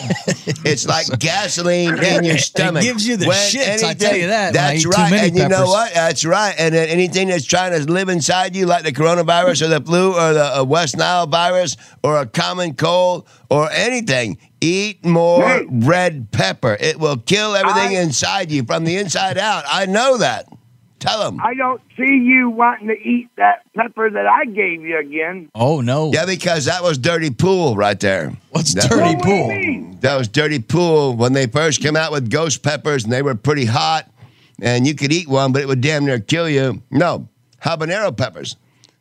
Speaker 1: it's like gasoline in your stomach.
Speaker 2: gives you the shits, I tell you that, when I
Speaker 1: That's
Speaker 2: eat too
Speaker 1: right.
Speaker 2: many
Speaker 1: and you know
Speaker 2: peppers.
Speaker 1: what? That's right. And then anything that's trying to live inside you, like the coronavirus or the flu or the uh, West Nile virus or a common cold or anything, eat more
Speaker 5: Right.
Speaker 1: red pepper. It will kill everything
Speaker 5: I-
Speaker 1: inside you from the inside out. I know that. Tell them.
Speaker 5: I don't see you wanting to eat that pepper that I gave you again.
Speaker 2: Oh no!
Speaker 1: yeah, because that was dirty pool right there.
Speaker 2: What's
Speaker 1: That-
Speaker 2: dirty
Speaker 5: What do you
Speaker 2: pool?
Speaker 5: mean?
Speaker 1: That was Dirty Pool when they first came out with ghost peppers and they were pretty hot and you could eat one, but it would damn near kill you. No, habanero peppers.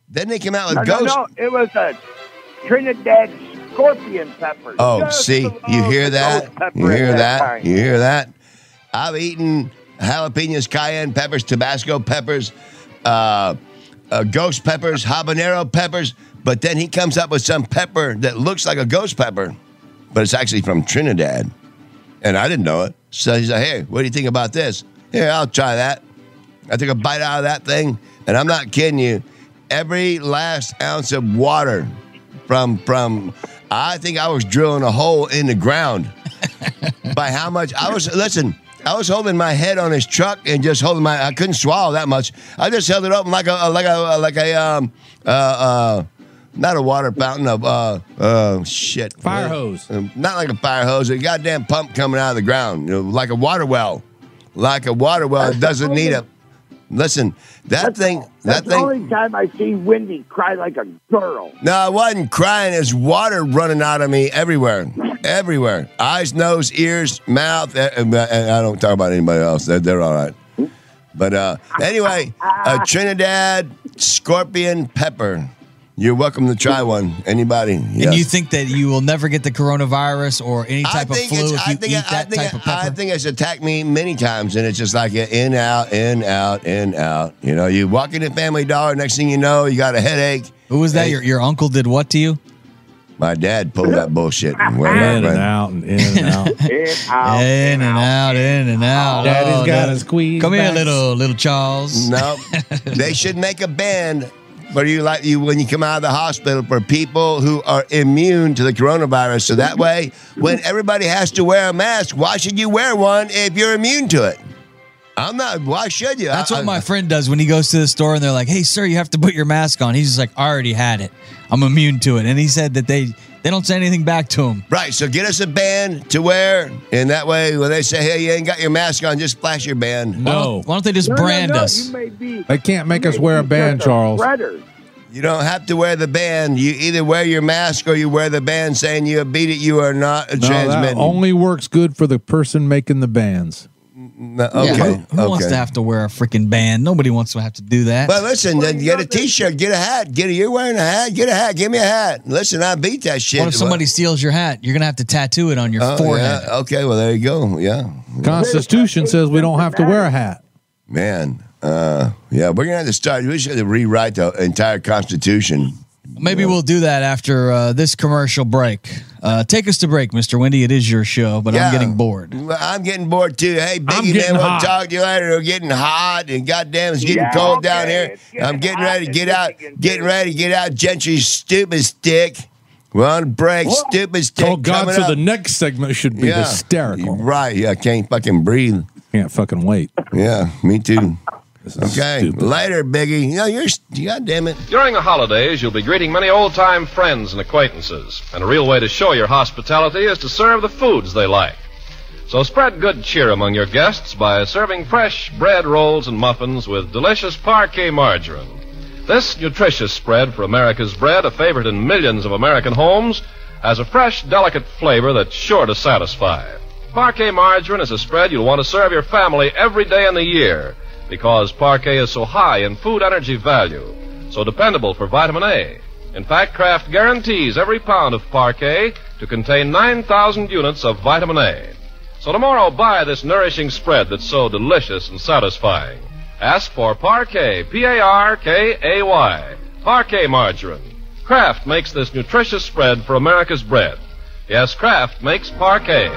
Speaker 1: Then they came out with
Speaker 5: No, no,
Speaker 1: ghost.
Speaker 5: no. It was a Trinidad scorpion pepper.
Speaker 1: Oh,
Speaker 5: Just
Speaker 1: see,
Speaker 5: a
Speaker 1: you
Speaker 5: little
Speaker 1: hear
Speaker 5: ghost
Speaker 1: that?
Speaker 5: pepper
Speaker 1: You
Speaker 5: in
Speaker 1: hear that?
Speaker 5: time.
Speaker 1: You hear that? I've eaten jalapenos, cayenne peppers, Tabasco peppers, uh, uh, ghost peppers, habanero peppers, but then he comes up with some pepper that looks like a ghost pepper, but it's actually from Trinidad. And I didn't know it. So he's like, hey, what do you think about this? Here, I'll try that. I took a bite out of that thing, and I'm not kidding you. Every last ounce of water from from I think I was drilling a hole in the ground by how much I was listen, I was holding my head on his truck and just holding my I couldn't swallow that much. I just held it up like a like a like a um uh uh not a water fountain of uh uh shit
Speaker 3: Fire hose.
Speaker 1: Um, not like a fire hose a goddamn pump coming out of the ground you know, like a water well like a water well it doesn't need a listen that thing
Speaker 5: That's
Speaker 1: that thing
Speaker 5: the only time I see Wendy cry like a girl.
Speaker 1: no, I wasn't crying. There's water running out of me everywhere, everywhere. Eyes, nose, ears, mouth. eh, eh, eh, I don't talk about anybody else. They're, they're all right. But uh, anyway, a Trinidad scorpion pepper. You're welcome to try one. Anybody?
Speaker 2: And you
Speaker 1: Yes.
Speaker 2: think that you will never get the coronavirus or any
Speaker 1: I
Speaker 2: type of
Speaker 1: think
Speaker 2: flu
Speaker 1: it's-
Speaker 2: if
Speaker 1: I
Speaker 2: you
Speaker 1: think
Speaker 2: eat
Speaker 1: it- I
Speaker 2: that
Speaker 1: think
Speaker 2: type
Speaker 1: it-
Speaker 2: of pepper?
Speaker 1: I think it's attacked me many times, and it's just like a in out, in out, in out. You know, you walk into Family Dollar. Next thing you know, you got a headache.
Speaker 2: Who was that?
Speaker 1: Hey.
Speaker 2: Your, your uncle did what to you?
Speaker 1: My dad pulled that bullshit. And went right-
Speaker 3: In and out and in and out.
Speaker 5: In, out,
Speaker 2: in and out, in and out.
Speaker 3: Daddy's
Speaker 2: Oh,
Speaker 3: got
Speaker 2: no.
Speaker 3: to squeeze.
Speaker 2: Come here,
Speaker 3: back.
Speaker 2: little little Charles.
Speaker 1: No, they should make a ban. But you like you when you come out of the hospital for people who are immune to the coronavirus. So that way, when everybody has to wear a mask, why should you wear one if you're immune to it? I'm not. Why should you?
Speaker 2: That's
Speaker 1: I-
Speaker 2: what my friend does when he goes to the store and they're like, "Hey, sir, you have to put your mask on." He's just like, "I already had it. I'm immune to it." And he said that they they don't say anything back to him.
Speaker 1: Right, so get us a band to wear, and that way when they say, "Hey, you ain't got your mask on," just flash your band.
Speaker 2: Why don't-
Speaker 3: No.
Speaker 2: Why don't they just
Speaker 5: No, no,
Speaker 2: brand
Speaker 5: no,
Speaker 2: us?
Speaker 5: You may be,
Speaker 3: They can't make
Speaker 5: you
Speaker 3: us
Speaker 5: may
Speaker 3: wear a
Speaker 5: be
Speaker 3: band,
Speaker 5: just
Speaker 3: Charles.
Speaker 5: spreader.
Speaker 1: You don't have to wear the band. You either wear your mask or you wear the band saying you beat it. You are not a
Speaker 3: No, that
Speaker 1: transmitting.
Speaker 3: only works good for the person making the bands.
Speaker 1: No,
Speaker 2: Yeah,
Speaker 1: okay.
Speaker 2: who who
Speaker 1: okay.
Speaker 2: wants to have to wear a freaking band? Nobody wants to have to do that.
Speaker 1: But listen,
Speaker 5: Well,
Speaker 1: then
Speaker 5: you
Speaker 1: get
Speaker 5: know,
Speaker 1: a
Speaker 5: they-
Speaker 1: T-shirt, get a hat, get a. You're wearing a hat, get a hat. Give me a hat. Listen, I beat that shit.
Speaker 2: what if somebody steals your hat? You're gonna have to tattoo it on your
Speaker 1: Oh,
Speaker 2: forehead.
Speaker 1: yeah. Okay, well there you go. Yeah,
Speaker 3: Constitution says we don't have to wear a hat.
Speaker 1: man. Uh, yeah, we're gonna have to start. We should have to rewrite the entire Constitution.
Speaker 2: Maybe we'll do that after uh, this commercial break. Uh, take us to break, Mr. Wendy. It is your show, but
Speaker 1: Yeah.
Speaker 2: I'm getting bored.
Speaker 1: Well, I'm getting bored too. Hey, Biggie, man,
Speaker 4: getting
Speaker 1: we'll
Speaker 4: hot.
Speaker 1: talk to you later. We're getting hot and goddamn, it's getting
Speaker 5: Yeah,
Speaker 1: cold
Speaker 5: okay,
Speaker 1: down here.
Speaker 5: it's getting
Speaker 1: I'm getting
Speaker 5: hot
Speaker 1: ready to
Speaker 5: in
Speaker 1: get out.
Speaker 5: Michigan,
Speaker 1: Getting
Speaker 5: too.
Speaker 1: ready to get out. Gentry's stupid stick. We're on break.
Speaker 5: Whoa.
Speaker 1: Stupid stick.
Speaker 3: Oh God!
Speaker 1: coming
Speaker 3: So
Speaker 1: up.
Speaker 3: the next segment should be
Speaker 1: Yeah.
Speaker 3: hysterical.
Speaker 1: Right? Yeah, I can't fucking breathe.
Speaker 3: Can't fucking wait.
Speaker 1: Yeah, me too.
Speaker 3: This is
Speaker 1: Okay,
Speaker 3: stupid.
Speaker 1: later, Biggie. You know, you're God damn it.
Speaker 6: During the holidays, you'll be greeting many old time friends and acquaintances, and a real way to show your hospitality is to serve the foods they like. So spread good cheer among your guests by serving fresh bread rolls and muffins with delicious parquet margarine. This nutritious spread for America's bread, a favorite in millions of American homes, has a fresh, delicate flavor that's sure to satisfy. Parquet margarine is a spread you'll want to serve your family every day in the year because parquet is so high in food energy value, so dependable for vitamin A. In fact, Kraft guarantees every pound of parquet to contain 9,000 units of vitamin A. So tomorrow, buy this nourishing spread that's so delicious and satisfying. Ask for Parquet, P A R K A Y, Parquet Margarine. Kraft makes this nutritious spread for America's bread. Yes, Kraft makes Parquet.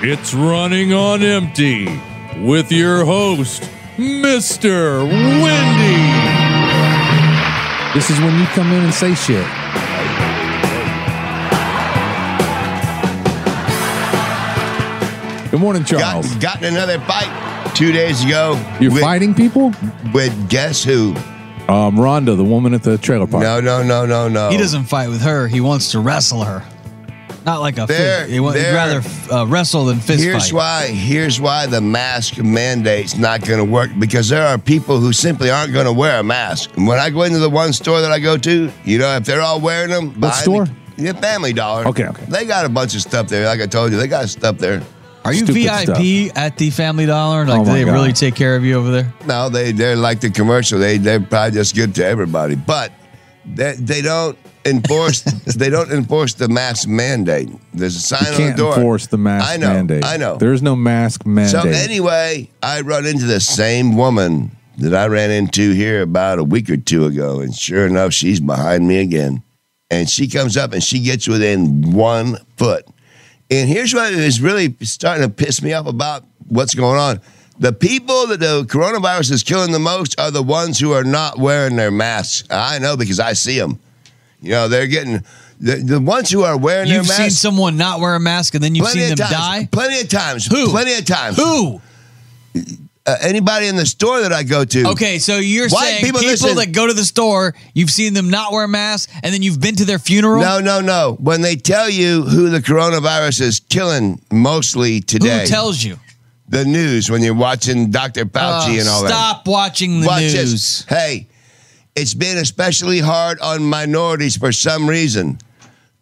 Speaker 3: It's running on empty with your host, Mr. Wendy. This is when you come in and say shit. Good morning,
Speaker 1: Got,
Speaker 3: Charles.
Speaker 1: got in another fight two days ago.
Speaker 3: Oh. You're
Speaker 1: with,
Speaker 3: fighting people?
Speaker 1: with guess who?
Speaker 3: Um, Rhonda, the woman at the trailer park.
Speaker 1: No, no, no, no, no.
Speaker 2: He doesn't fight with her. He wants to wrestle her. Not like a
Speaker 1: There-
Speaker 2: fist. He would
Speaker 1: there-
Speaker 2: rather uh, wrestle than fist
Speaker 1: Here's why.
Speaker 2: fight.
Speaker 1: Here's why the mask mandate's not going to work because there are people who simply aren't going to wear a mask. And when I go into the one store that I go to, you know, if they're all wearing them, behind the-
Speaker 3: store?
Speaker 1: yeah, Family Dollar.
Speaker 3: Okay, okay.
Speaker 1: They got a bunch of stuff there. Like I told you, they got stuff there.
Speaker 2: Are you
Speaker 3: Stupid
Speaker 2: VIP at the Family Dollar? Like
Speaker 3: Oh
Speaker 2: do
Speaker 3: my
Speaker 2: they really
Speaker 3: God.
Speaker 2: take care of you over there?
Speaker 1: No, they they're like the commercial. They they're probably just good to everybody, but they they don't enforce they don't enforce the mask mandate. There's a sign
Speaker 3: You
Speaker 1: on the
Speaker 3: can't
Speaker 1: door.
Speaker 3: enforce the mask
Speaker 1: I know,
Speaker 3: mandate.
Speaker 1: I know.
Speaker 3: There's no mask
Speaker 1: so
Speaker 3: mandate.
Speaker 1: anyway, I run into the same woman that I ran into here about a week or two ago, and sure enough, she's behind me again, and she comes up and she gets within one foot. And here's what is really starting to piss me off about what's going on. The people that the coronavirus is killing the most are the ones who are not wearing their masks. I know because I see them. You know, they're getting the, the ones who are wearing
Speaker 2: You've
Speaker 1: their
Speaker 2: seen
Speaker 1: masks.
Speaker 2: someone not wear a mask and then you've seen them
Speaker 1: of times,
Speaker 2: die.
Speaker 1: Plenty of times.
Speaker 2: Who?
Speaker 1: Plenty of times.
Speaker 2: Who?
Speaker 1: Uh, anybody in the store that I go to.
Speaker 2: Okay, so you're
Speaker 1: White
Speaker 2: saying
Speaker 1: people,
Speaker 2: people,
Speaker 1: listen. that
Speaker 2: that go to the store, you've seen them not wear masks, and then you've been to their funeral.
Speaker 1: No, no, no. When they tell you who the coronavirus is killing mostly
Speaker 2: Who
Speaker 1: today,
Speaker 2: tells you?
Speaker 1: the news when you're watching Dr. Fauci
Speaker 2: Uh,
Speaker 1: Oh, and all that.
Speaker 2: stop watching the
Speaker 1: Watch
Speaker 2: news.
Speaker 1: this. Hey, it's been especially hard on minorities for some reason.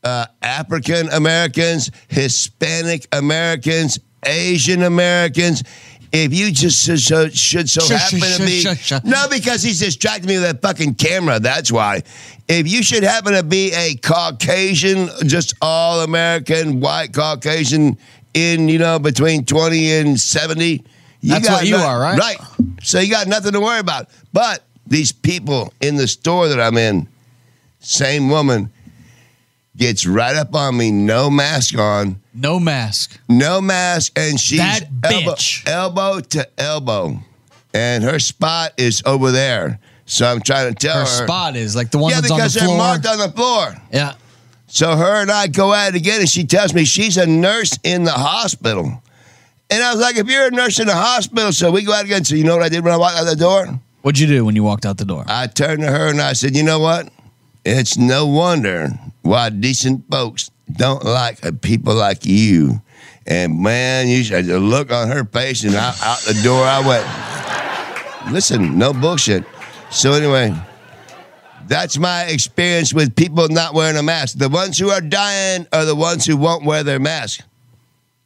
Speaker 1: Uh, African Americans, Hispanic Americans, Asian Americans. If you just so, so, should so
Speaker 2: Sh- sh-
Speaker 1: happen
Speaker 2: sh-
Speaker 1: to be
Speaker 2: sh- sh-
Speaker 1: no, because he's distracting me with that fucking camera. That's why. If you should happen to be a Caucasian, just all American, white Caucasian, in you know between twenty and seventy, you
Speaker 2: That's what you
Speaker 1: no-
Speaker 2: are, right?
Speaker 1: Right. So you got nothing to worry about. But these people in the store that I'm in, same woman, gets right up on me, no mask on,
Speaker 2: No mask.
Speaker 1: no mask, and she's
Speaker 2: That
Speaker 1: elbow,
Speaker 2: bitch.
Speaker 1: elbow to elbow. And her spot is over there. So I'm trying to tell
Speaker 2: Her
Speaker 1: her.
Speaker 2: spot is like the one
Speaker 1: yeah,
Speaker 2: that's on the
Speaker 1: because they're
Speaker 2: floor.
Speaker 1: marked on the floor.
Speaker 2: yeah.
Speaker 1: So her and I go at it again, and she tells me she's a nurse in the hospital. And I was like, if you're a nurse in the hospital, so we go out again. So you know what I did when I walked out the door?
Speaker 2: What'd you do when you walked out the door?
Speaker 1: I turned to her and I said, you know what? It's no wonder why decent folks don't like uh, people like you. And man, you should the look on her face, and out, out the door I went. Listen, no bullshit. So anyway, that's my experience with people not wearing a mask. The ones who are dying are the ones who won't wear their mask.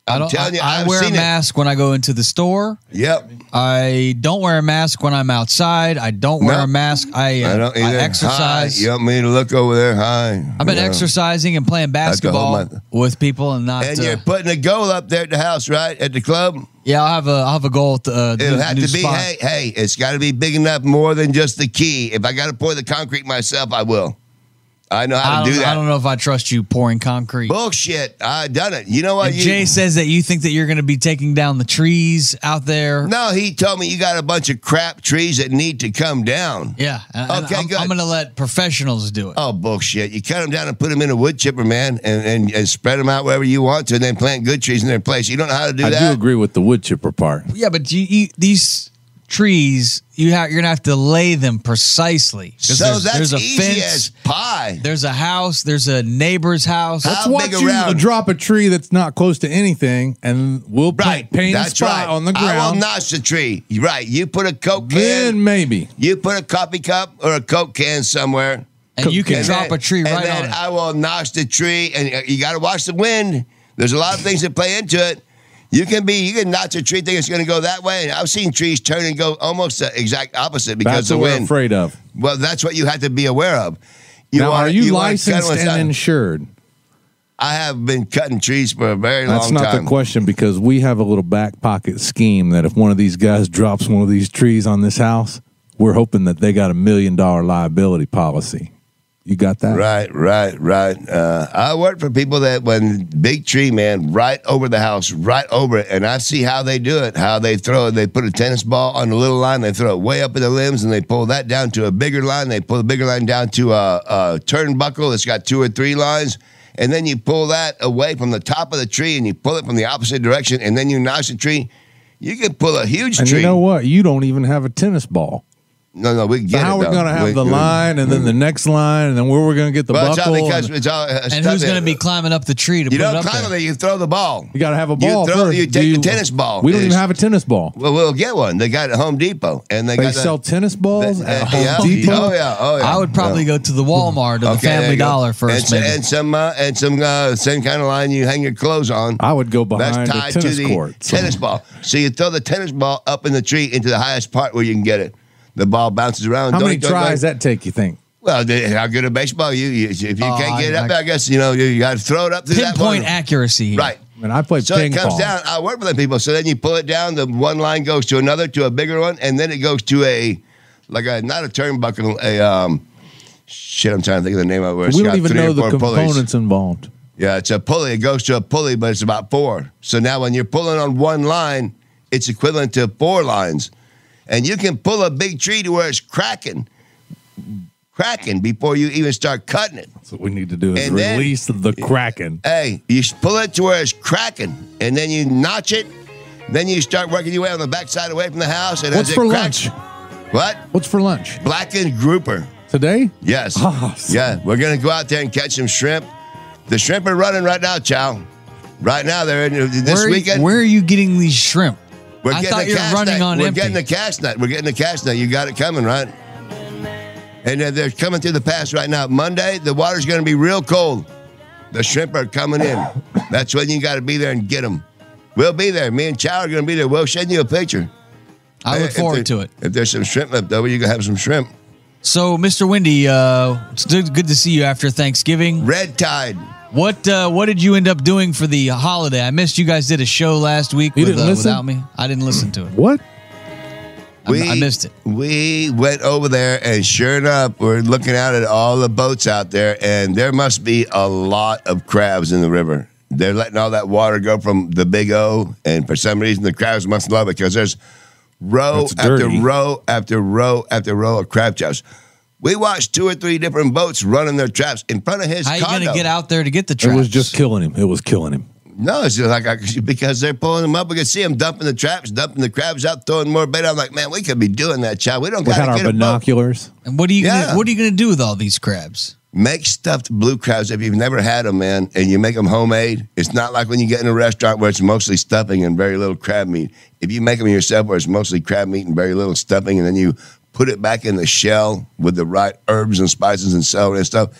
Speaker 2: I
Speaker 1: I'm
Speaker 2: don't.
Speaker 1: telling
Speaker 2: I,
Speaker 1: you,
Speaker 2: I
Speaker 1: I've
Speaker 2: wear a
Speaker 1: seen it.
Speaker 2: mask when I go into the store.
Speaker 1: Yep.
Speaker 2: I don't wear a mask when I'm outside. I don't wear
Speaker 1: No.
Speaker 2: a mask. I, uh,
Speaker 1: I don't
Speaker 2: I
Speaker 1: either.
Speaker 2: exercise.
Speaker 1: Hi. You want me to look over there? Hi.
Speaker 2: I've been
Speaker 1: You know.
Speaker 2: exercising and playing
Speaker 1: go
Speaker 2: basketball
Speaker 1: home
Speaker 2: with people and not.
Speaker 1: And
Speaker 2: uh,
Speaker 1: you're putting a goal up there at the house, right? At the club?
Speaker 2: yeah, I'll have a I'll have a goal. To, uh,
Speaker 1: It'll
Speaker 2: new-
Speaker 1: have
Speaker 2: new
Speaker 1: to be,
Speaker 2: spot.
Speaker 1: hey, hey, it's got to be big enough more than just the key. If I got to pour the concrete myself, I will. I know
Speaker 2: I
Speaker 1: how to
Speaker 2: don't,
Speaker 1: do
Speaker 2: I
Speaker 1: that.
Speaker 2: don't know if I trust you pouring concrete.
Speaker 1: Bullshit. I done it. You know what?
Speaker 2: And
Speaker 1: you-
Speaker 2: Jay says that you think that you're going to be taking down the trees out there.
Speaker 1: no, he told me you got a bunch of crap trees that need to come down.
Speaker 2: Yeah. and- and
Speaker 1: Okay,
Speaker 2: I'm,
Speaker 1: good.
Speaker 2: I'm going to let professionals do it.
Speaker 1: Oh, bullshit. You cut them down and put them in a wood chipper, man, and, and, and spread them out wherever you want to, and then plant good trees in their place. You don't know how to do
Speaker 3: I
Speaker 1: that?
Speaker 3: do agree with the wood chipper part.
Speaker 2: Yeah, but you, you these trees, you have, you're going to have to lay them precisely. 'Cause
Speaker 1: So
Speaker 2: there's,
Speaker 1: that's
Speaker 2: there's a
Speaker 1: easy
Speaker 2: fence.
Speaker 1: as pie.
Speaker 2: There's a house. There's a neighbor's house.
Speaker 1: How
Speaker 3: Let's
Speaker 1: big
Speaker 3: watch you
Speaker 1: around?
Speaker 3: drop a tree that's not close to anything, and we'll
Speaker 1: Right.
Speaker 3: paint, paint a
Speaker 1: That's
Speaker 3: spot
Speaker 1: right.
Speaker 3: on the
Speaker 1: I will
Speaker 3: ground.
Speaker 1: notch the tree. You're Right. You put a Coke can,
Speaker 3: Then maybe.
Speaker 1: you put a coffee cup or a Coke can somewhere.
Speaker 2: and you can
Speaker 1: And
Speaker 2: drop
Speaker 1: then-
Speaker 2: a tree
Speaker 1: and
Speaker 2: right
Speaker 1: then
Speaker 2: on it.
Speaker 1: I will notch the tree, and uh, you got to watch the wind. There's a lot of things that play into it. You can be, you can notch a tree, think it's going to go that way. And I've seen trees turn and go almost the exact opposite because
Speaker 3: That's
Speaker 1: the
Speaker 3: what we're
Speaker 1: wind.
Speaker 3: afraid of.
Speaker 1: Well, that's what you have to be aware of. You
Speaker 3: Now,
Speaker 1: wanna-
Speaker 3: are you,
Speaker 1: wanna cut
Speaker 3: licensed
Speaker 1: one
Speaker 3: and
Speaker 1: side.
Speaker 3: insured?
Speaker 1: I have been cutting trees for a very
Speaker 3: That's
Speaker 1: long
Speaker 3: not
Speaker 1: time.
Speaker 3: the question because we have a little back pocket scheme that if one of these guys drops one of these trees on this house, we're hoping that they got a million dollar liability policy. You got that?
Speaker 1: Right, right, right. Uh, I work for people that when big tree man right over the house, right over it, and I see how they do it, how they throw it. They put a tennis ball on a little line, they throw it way up in the limbs, and they pull that down to a bigger line. They pull the bigger line down to a, a turnbuckle that's got two or three lines, and then you pull that away from the top of the tree, and you pull it from the opposite direction, and then you notch the tree. You can pull a huge
Speaker 3: And
Speaker 1: tree.
Speaker 3: you know what? You don't even have a tennis ball.
Speaker 1: no, no, we can
Speaker 3: So
Speaker 1: get
Speaker 3: how
Speaker 1: it.
Speaker 3: we're
Speaker 1: though.
Speaker 3: going to have
Speaker 1: We-
Speaker 3: the
Speaker 1: we-
Speaker 3: line and then the next line and then where we're going to get the
Speaker 1: Well, it's all
Speaker 3: buckle.
Speaker 1: because
Speaker 3: and-
Speaker 1: it's all.
Speaker 2: And who's going to be climbing up the tree to
Speaker 1: You
Speaker 2: put it
Speaker 1: don't
Speaker 2: up
Speaker 1: climb
Speaker 2: there?
Speaker 1: it, you throw the ball.
Speaker 3: you got to have a
Speaker 1: You
Speaker 3: ball
Speaker 1: throw-
Speaker 3: first.
Speaker 1: you
Speaker 3: Do
Speaker 1: take the tennis ball.
Speaker 3: We don't even
Speaker 1: It's-
Speaker 3: have a tennis ball.
Speaker 1: Well, we'll get one. They got it at Home Depot, and they,
Speaker 3: They
Speaker 1: got
Speaker 3: sell
Speaker 1: the,
Speaker 3: tennis balls at
Speaker 1: uh,
Speaker 3: Home
Speaker 1: yeah.
Speaker 3: Depot.
Speaker 1: Oh yeah, oh yeah.
Speaker 2: I would probably go to the Walmart or the
Speaker 1: Okay, there
Speaker 2: Family
Speaker 1: you go.
Speaker 2: Dollar first,
Speaker 1: and, so-
Speaker 2: maybe.
Speaker 1: and some uh, and some uh, same kind of line you hang your clothes on.
Speaker 3: I would go behind
Speaker 1: That's
Speaker 3: the
Speaker 1: tied
Speaker 3: tennis
Speaker 1: to the
Speaker 3: court. So-
Speaker 1: tennis ball. So you throw the tennis ball up in the tree into the highest part where you can get it. The ball bounces around.
Speaker 3: How
Speaker 1: Don't-
Speaker 3: many
Speaker 1: don't-
Speaker 3: tries
Speaker 1: don't-
Speaker 3: that take? You think?
Speaker 1: Well, the- how good a baseball you? you if you
Speaker 2: Oh,
Speaker 1: can't get it
Speaker 2: I-
Speaker 1: up,
Speaker 2: I-
Speaker 1: I, guess you know you, got to throw it up through that one.
Speaker 2: Pinpoint accuracy. here.
Speaker 1: Right.
Speaker 3: I mean, I played
Speaker 1: So
Speaker 3: ping
Speaker 1: it comes
Speaker 3: pong.
Speaker 1: down. I work with the people. So then you pull it down. The one line goes to another, to a bigger one, and then it goes to a like a not a turnbuckle. A um, shit. I'm trying to think of the name of it. Where it's
Speaker 3: we
Speaker 1: got
Speaker 3: don't even
Speaker 1: three
Speaker 3: know
Speaker 1: or
Speaker 3: the
Speaker 1: four
Speaker 3: components
Speaker 1: Pulleys.
Speaker 3: involved.
Speaker 1: Yeah, it's a pulley. It goes to a pulley, but it's about four. So now when you're pulling on one line, it's equivalent to four lines, and you can pull a big tree to where it's cracking, cracking before you even start cutting it.
Speaker 3: So what we need to do is
Speaker 1: And then-
Speaker 3: release the kraken.
Speaker 1: Hey, you s- pull it to where it's cracking, and then you notch it. Then you start working your way on the backside away from the house. And
Speaker 3: What's
Speaker 1: as it
Speaker 3: for
Speaker 1: cracks,
Speaker 3: lunch?
Speaker 1: What?
Speaker 3: What's for lunch
Speaker 1: Blackened grouper.
Speaker 3: today?
Speaker 1: Yes.
Speaker 3: Awesome.
Speaker 1: Yeah, we're gonna go out there and catch some shrimp. The shrimp are running right now, Chow. Right now, they're in this
Speaker 2: where,
Speaker 1: weekend.
Speaker 2: where are you getting these shrimp?
Speaker 1: we're
Speaker 2: I
Speaker 1: getting
Speaker 2: thought
Speaker 1: the
Speaker 2: you were
Speaker 1: cast
Speaker 2: running
Speaker 1: net.
Speaker 2: on
Speaker 1: We're
Speaker 2: empty.
Speaker 1: getting the cast net. We're getting the cast net. You got it coming, right? And uh, they're coming through the pass right now. Monday, the water's gonna be real cold. The shrimp are coming in. That's when you got to be there and get them. We'll be there. Me and Chow are going to be there. We'll send you a picture.
Speaker 2: I look
Speaker 1: If
Speaker 2: forward
Speaker 1: there-
Speaker 2: to it.
Speaker 1: If there's some shrimp left over, you can have some shrimp.
Speaker 2: So, Mr. Wendy, uh, it's good good to see you after Thanksgiving.
Speaker 1: Red tide.
Speaker 2: What uh, what did you end up doing for the holiday? I missed you guys did a show last week
Speaker 3: You
Speaker 2: with,
Speaker 3: didn't
Speaker 2: uh,
Speaker 3: listen?
Speaker 2: without me. I didn't listen to it.
Speaker 3: What?
Speaker 2: I- I missed it.
Speaker 1: We went over there, and sure enough, we're looking out at all the boats out there, and there must be a lot of crabs in the river. They're letting all that water go from the Big O, and for some reason, the crabs must love it because there's row
Speaker 3: That's
Speaker 1: after
Speaker 3: dirty.
Speaker 1: row after row after row of crab traps. We watched two or three different boats running their traps in front of his
Speaker 2: How you
Speaker 1: condo.
Speaker 2: going to get out there to get the
Speaker 3: It
Speaker 2: traps?
Speaker 3: was just killing him. It was killing him.
Speaker 1: No, it's just like I, because they're pulling them up. We can see them dumping the traps, dumping the crabs out, throwing more bait. I'm like, man, we could be doing that, child. We don't
Speaker 3: We
Speaker 1: got
Speaker 3: had
Speaker 1: to
Speaker 3: our
Speaker 1: get a boat.
Speaker 3: binoculars.
Speaker 2: And what are you
Speaker 1: Yeah.
Speaker 2: gonna, what are you going to do with all these crabs?
Speaker 1: Make stuffed blue crabs if you've never had them, man, and you make them homemade. It's not like when you get in a restaurant where it's mostly stuffing and very little crab meat. If you make them yourself where it's mostly crab meat and very little stuffing, and then you put it back in the shell with the right herbs and spices and celery and stuff,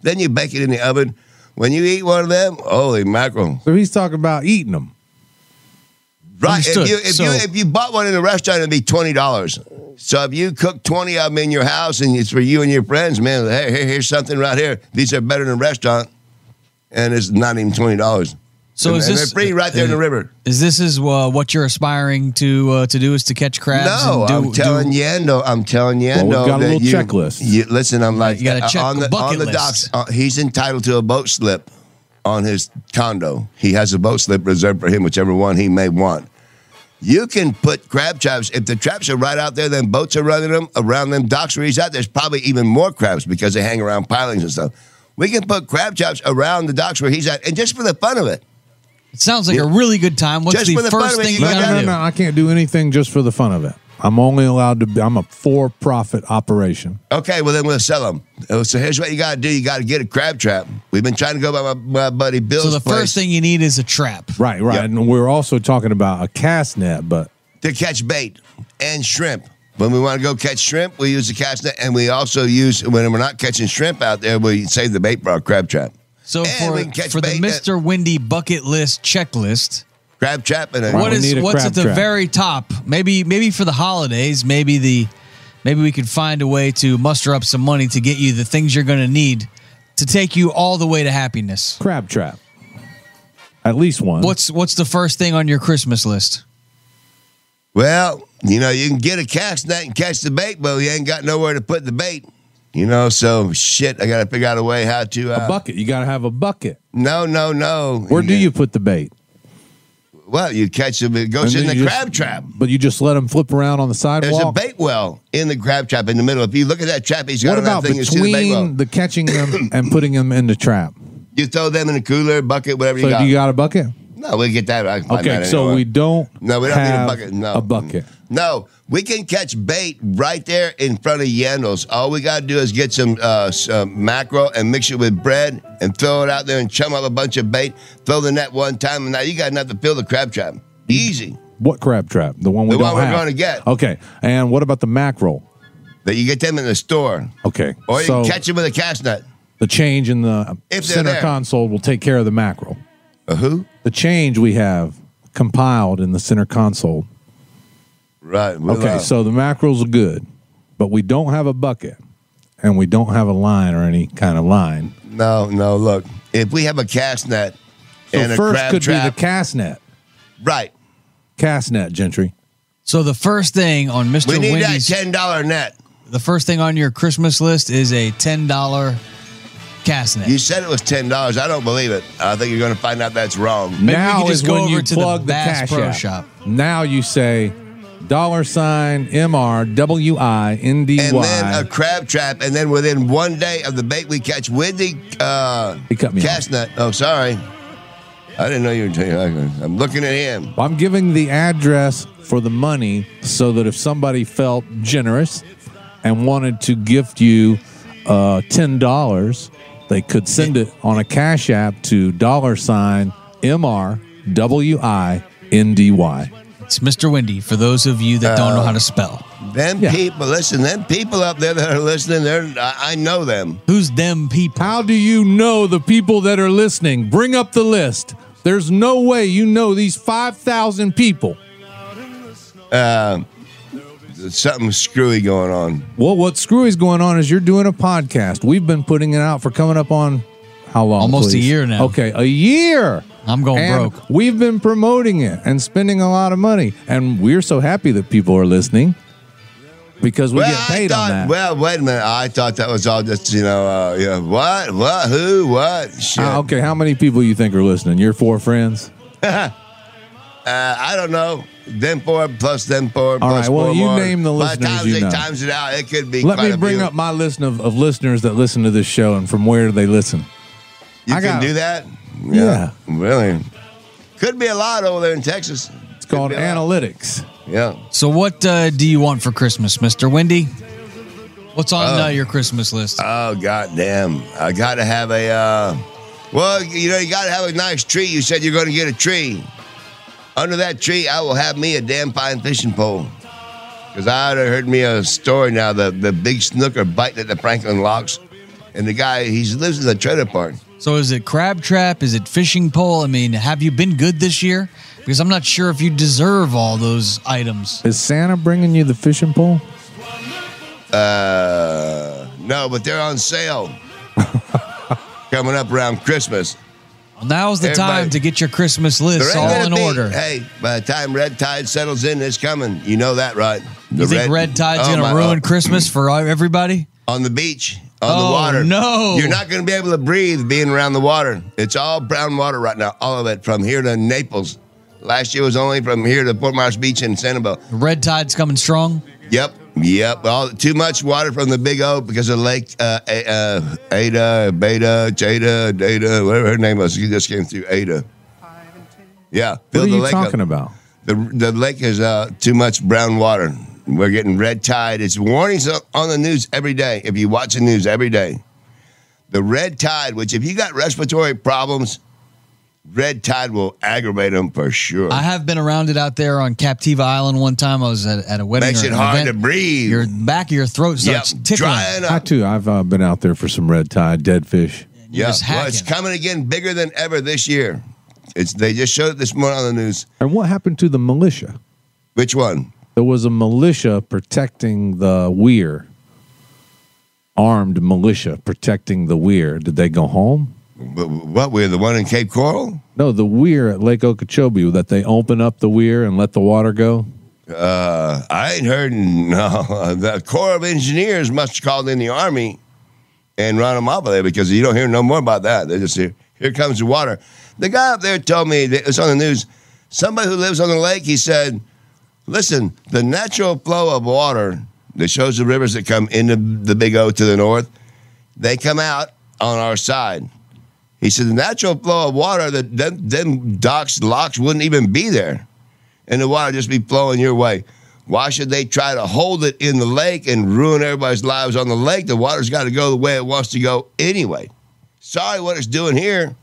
Speaker 1: then you bake it in the oven. When you eat one of them, holy mackerel.
Speaker 3: So he's talking about eating them.
Speaker 1: Right. If
Speaker 2: Understood.
Speaker 1: you, if, you,
Speaker 2: So-
Speaker 1: if you bought one in a restaurant, it'd be $20. So if you cook 20 of them in your house and it's for you and your friends, man, hey, here, here's something right here. These are better than a restaurant. And it's not even $20.
Speaker 2: So
Speaker 1: and,
Speaker 2: is
Speaker 1: and
Speaker 2: this-
Speaker 1: they're free right there in the river.
Speaker 2: Is this is uh, what you're aspiring to uh, to do is to catch crabs?
Speaker 1: No,
Speaker 2: and do,
Speaker 1: I'm telling
Speaker 2: do,
Speaker 1: Yando. I'm telling Yando.
Speaker 3: Well, we've got a
Speaker 1: that
Speaker 3: little
Speaker 1: you-
Speaker 3: checklist.
Speaker 1: You, listen, I'm like
Speaker 2: you got a
Speaker 1: uh,
Speaker 2: check-
Speaker 1: on the on
Speaker 2: bucket
Speaker 1: the
Speaker 2: list.
Speaker 1: docks. uh, he's entitled to a boat slip on his condo. He has a boat slip reserved for him, whichever one he may want. You can put crab traps if the traps are right out there. Then boats are running them around them docks where he's at. There's probably even more crabs because they hang around pilings and stuff. We can put crab traps around the docks where he's at, and just for the fun of it.
Speaker 2: It sounds like a really good time. What's
Speaker 1: Just
Speaker 2: the
Speaker 1: for the fun
Speaker 2: first
Speaker 1: of it,
Speaker 2: thing
Speaker 1: you
Speaker 2: you
Speaker 1: got
Speaker 2: gotta
Speaker 1: that-
Speaker 3: No,
Speaker 2: do?
Speaker 3: no, I can't do anything just for the fun of it. I'm only allowed to. Be, I'm a for-profit operation.
Speaker 1: Okay, well then we'll sell them. So here's what you got to do: you got to get a crab trap. We've been trying to go by my, my buddy Bill's
Speaker 2: So the
Speaker 1: place
Speaker 2: first thing you need is a trap.
Speaker 3: Right, right.
Speaker 1: Yeah.
Speaker 3: And we're also talking about a cast net, but
Speaker 1: to catch bait and shrimp. When we want to go catch shrimp, we use the cast net, and we also use when we're not catching shrimp out there, we save the bait for our crab trap.
Speaker 2: So
Speaker 1: And we can
Speaker 2: for,
Speaker 1: catch
Speaker 2: for the
Speaker 1: bait that-
Speaker 2: Mr. Windy bucket list checklist,
Speaker 1: Crab trap and a,
Speaker 2: what
Speaker 3: we
Speaker 2: is
Speaker 3: need a
Speaker 2: what's
Speaker 3: crab
Speaker 2: at the
Speaker 3: trap.
Speaker 2: very top? Maybe maybe for the holidays, maybe the maybe we could find a way to muster up some money to get you the things you're going to need to take you all the way to happiness.
Speaker 3: crab trap. At least one.
Speaker 2: What's what's the first thing on your Christmas list?
Speaker 1: well, you know, you can get a cast net and catch the bait, but you ain't got nowhere to put the bait. You know, so shit, I got to figure out a way how to.
Speaker 3: a
Speaker 1: Uh,
Speaker 3: bucket? You got to have a bucket.
Speaker 1: no, no, no.
Speaker 3: Where do you put the bait?
Speaker 1: Well, you catch them. It goes
Speaker 3: And
Speaker 1: in
Speaker 3: then
Speaker 1: the
Speaker 3: you just-
Speaker 1: crab trap.
Speaker 3: But you just let them flip around on the
Speaker 1: There's
Speaker 3: sidewalk.
Speaker 1: a bait well in the crab trap in the middle. If you look at that trap, he's got
Speaker 3: what
Speaker 1: on that
Speaker 3: about
Speaker 1: thing. You see the bait well.
Speaker 3: between the catching them and putting them in the trap?
Speaker 1: You throw them in a cooler, bucket, whatever
Speaker 3: So
Speaker 1: you got.
Speaker 3: do you got a bucket?
Speaker 1: no, we get that. I can find
Speaker 3: Okay,
Speaker 1: that
Speaker 3: so
Speaker 1: anywhere.
Speaker 3: we don't.
Speaker 1: No, we don't
Speaker 3: have
Speaker 1: need a bucket. No,
Speaker 3: a bucket.
Speaker 1: No, we can catch bait right there in front of Yandel's. All we gotta do is get some, uh, some mackerel and mix it with bread and throw it out there and chum up a bunch of bait. Throw the net one time, and now you got enough to fill the crab trap. Easy.
Speaker 3: What crab trap? The one we
Speaker 1: The
Speaker 3: don't
Speaker 1: one we're
Speaker 3: have.
Speaker 1: gonna get.
Speaker 3: Okay, and what about the mackerel?
Speaker 1: That you get them in the store,
Speaker 3: Okay,
Speaker 1: or you
Speaker 3: so
Speaker 1: can catch them with a cast net.
Speaker 3: the change in the
Speaker 1: If they're
Speaker 3: center
Speaker 1: there.
Speaker 3: console will take care of the mackerel.
Speaker 1: A who?
Speaker 3: The change we have compiled in the center console.
Speaker 1: Right. we're
Speaker 3: Okay,
Speaker 1: out.
Speaker 3: so the mackerel's are good, but we don't have a bucket, and we don't have a line or any kind of line.
Speaker 1: no, no. Look, if we have a cast net
Speaker 3: So
Speaker 1: and a
Speaker 3: first
Speaker 1: crab
Speaker 3: could be
Speaker 1: trap,
Speaker 3: the cast net,
Speaker 1: right?
Speaker 3: cast net, Gentry.
Speaker 2: So the first thing on Mr.
Speaker 1: We need
Speaker 2: Wendy's
Speaker 1: that ten dollar net.
Speaker 2: the first thing on your Christmas list is a ten dollar cast net.
Speaker 1: You said it was ten dollars. I don't believe it. I think you're going to find out that's wrong.
Speaker 2: Maybe we
Speaker 3: now
Speaker 2: could just
Speaker 3: is
Speaker 2: go
Speaker 3: when
Speaker 2: over
Speaker 3: you
Speaker 2: to the
Speaker 3: plug the,
Speaker 2: Bass
Speaker 3: Cash
Speaker 2: Pro
Speaker 3: App.
Speaker 2: Shop.
Speaker 3: Now you say dollar sign MR
Speaker 1: And then a
Speaker 3: WINDY.
Speaker 1: crab trap, and then within one day of the bait we catch with the uh,
Speaker 3: He cut me off.
Speaker 1: cast net. Oh, sorry, I didn't know you were. Taking, I'm looking at him.
Speaker 3: I'm giving the address for the money so that if somebody felt generous and wanted to gift you uh, $10, they could send it on a Cash App to dollar sign MR WINDY.
Speaker 2: It's Mr. Windy for those of you that
Speaker 1: Uh,
Speaker 2: don't know how to spell.
Speaker 1: Them
Speaker 3: Yeah.
Speaker 1: people, listen. Them people up there that are listening, they're I, I know them.
Speaker 2: Who's them people?
Speaker 3: How do you know the people that are listening? Bring up the list. There's no way you know these 5,000 people.
Speaker 1: There's Uh, something screwy going on.
Speaker 3: Well, what's screwy's going on is you're doing a podcast. We've been putting it out for coming up on how long?
Speaker 2: Almost a
Speaker 3: please?
Speaker 2: year now.
Speaker 3: Okay, a year.
Speaker 2: I'm going
Speaker 3: And
Speaker 2: broke.
Speaker 3: We've been promoting it and spending a lot of money, and we're so happy that people are listening because we get
Speaker 1: I
Speaker 3: paid
Speaker 1: thought,
Speaker 3: on that.
Speaker 1: well, wait a minute. I thought that was all just you know, uh, yeah. What? What? Who? What? Shit.
Speaker 3: Ah, okay, how many people you think are listening? Your four friends.
Speaker 1: Uh, I don't know. Them four plus them four plus
Speaker 3: right, well,
Speaker 1: four
Speaker 3: you
Speaker 1: more.
Speaker 3: name the
Speaker 1: By the
Speaker 3: listeners
Speaker 1: time
Speaker 3: you
Speaker 1: they
Speaker 3: know.
Speaker 1: times it out, it could be.
Speaker 3: Let
Speaker 1: quite
Speaker 3: me
Speaker 1: a
Speaker 3: bring
Speaker 1: few.
Speaker 3: up my list of, of listeners that listen to this show and from where they listen.
Speaker 1: You
Speaker 3: I
Speaker 1: can
Speaker 3: got-
Speaker 1: do that.
Speaker 3: Yeah.
Speaker 1: really. Could be a lot over there in Texas.
Speaker 3: It's called analytics.
Speaker 1: Yeah.
Speaker 2: So what uh, do you want for Christmas, Mr. Windy? What's on uh, your Christmas list?
Speaker 1: Oh goddamn! I gotta have a. Uh, well, you know, you gotta have a nice tree. You said you're gonna get a tree. Under that tree, I will have me a damn fine fishing pole. Cause I heard me a story now. The the big snooker biting at the Franklin locks, and the guy he lives in the trailer park.
Speaker 2: So is it crab trap? Is it fishing pole? I mean, have you been good this year? Because I'm not sure if you deserve all those items.
Speaker 3: Is Santa bringing you the fishing pole?
Speaker 1: Uh, no, but they're on sale coming up around Christmas.
Speaker 2: Well, now's the Everybody, time to get your Christmas list all in
Speaker 1: be,
Speaker 2: order.
Speaker 1: Hey, by the time red tide settles in, it's coming. You know that, right?
Speaker 2: The you think red, red tide's oh,
Speaker 1: uh,
Speaker 2: gonna ruin God. Christmas for everybody?
Speaker 1: On the beach, on oh, the water.
Speaker 2: No,
Speaker 1: you're not gonna be able to breathe being around the water. It's all brown water right now, all of it from here to Naples. Last year was only from here to Port Myers Beach and Sanibel.
Speaker 2: Red tide's coming strong.
Speaker 1: Yep, Yep. All, too much water from the Big O because of Lake uh, uh, Ada, Beta, Jada, Data, whatever her name was. She just came through Ada. Yeah.
Speaker 3: What are you talking up. about?
Speaker 1: The, the lake is uh, too much brown water. We're getting red tide. It's warnings on the news every day. If you watch the news every day, the red tide, which if you got respiratory problems, red tide will aggravate them for sure.
Speaker 2: I have been around it out there on Captiva Island one time. I was at, at a wedding.
Speaker 1: Makes it hard event. to breathe.
Speaker 2: Your back of your throat starts yep. tickling.
Speaker 3: I too. I've uh, been out there for some red tide, dead fish.
Speaker 1: Yeah, well, it's coming again, bigger than ever this year. It's they just showed it this morning on the news.
Speaker 3: And what happened to the militia?
Speaker 1: Which one?
Speaker 3: There was a militia protecting the weir. Armed militia protecting the weir. Did they go home?
Speaker 1: What weir? The one in Cape Coral?
Speaker 3: No, the weir at Lake Okeechobee that they open up the weir and let the water go.
Speaker 1: Uh, I ain't heard. No, the Corps of Engineers must have called in the Army and run them off of there because you don't hear no more about that. They just hear, here comes the water. The guy up there told me that it's on the news. Somebody who lives on the lake, he said, "Listen, the natural flow of water that shows the rivers that come into the Big O to the north, they come out on our side." He said the natural flow of water that them, them docks locks wouldn't even be there, and the water just be flowing your way. Why should they try to hold it in the lake and ruin everybody's lives on the lake? The water's got to go the way it wants to go anyway. Sorry what it's doing here,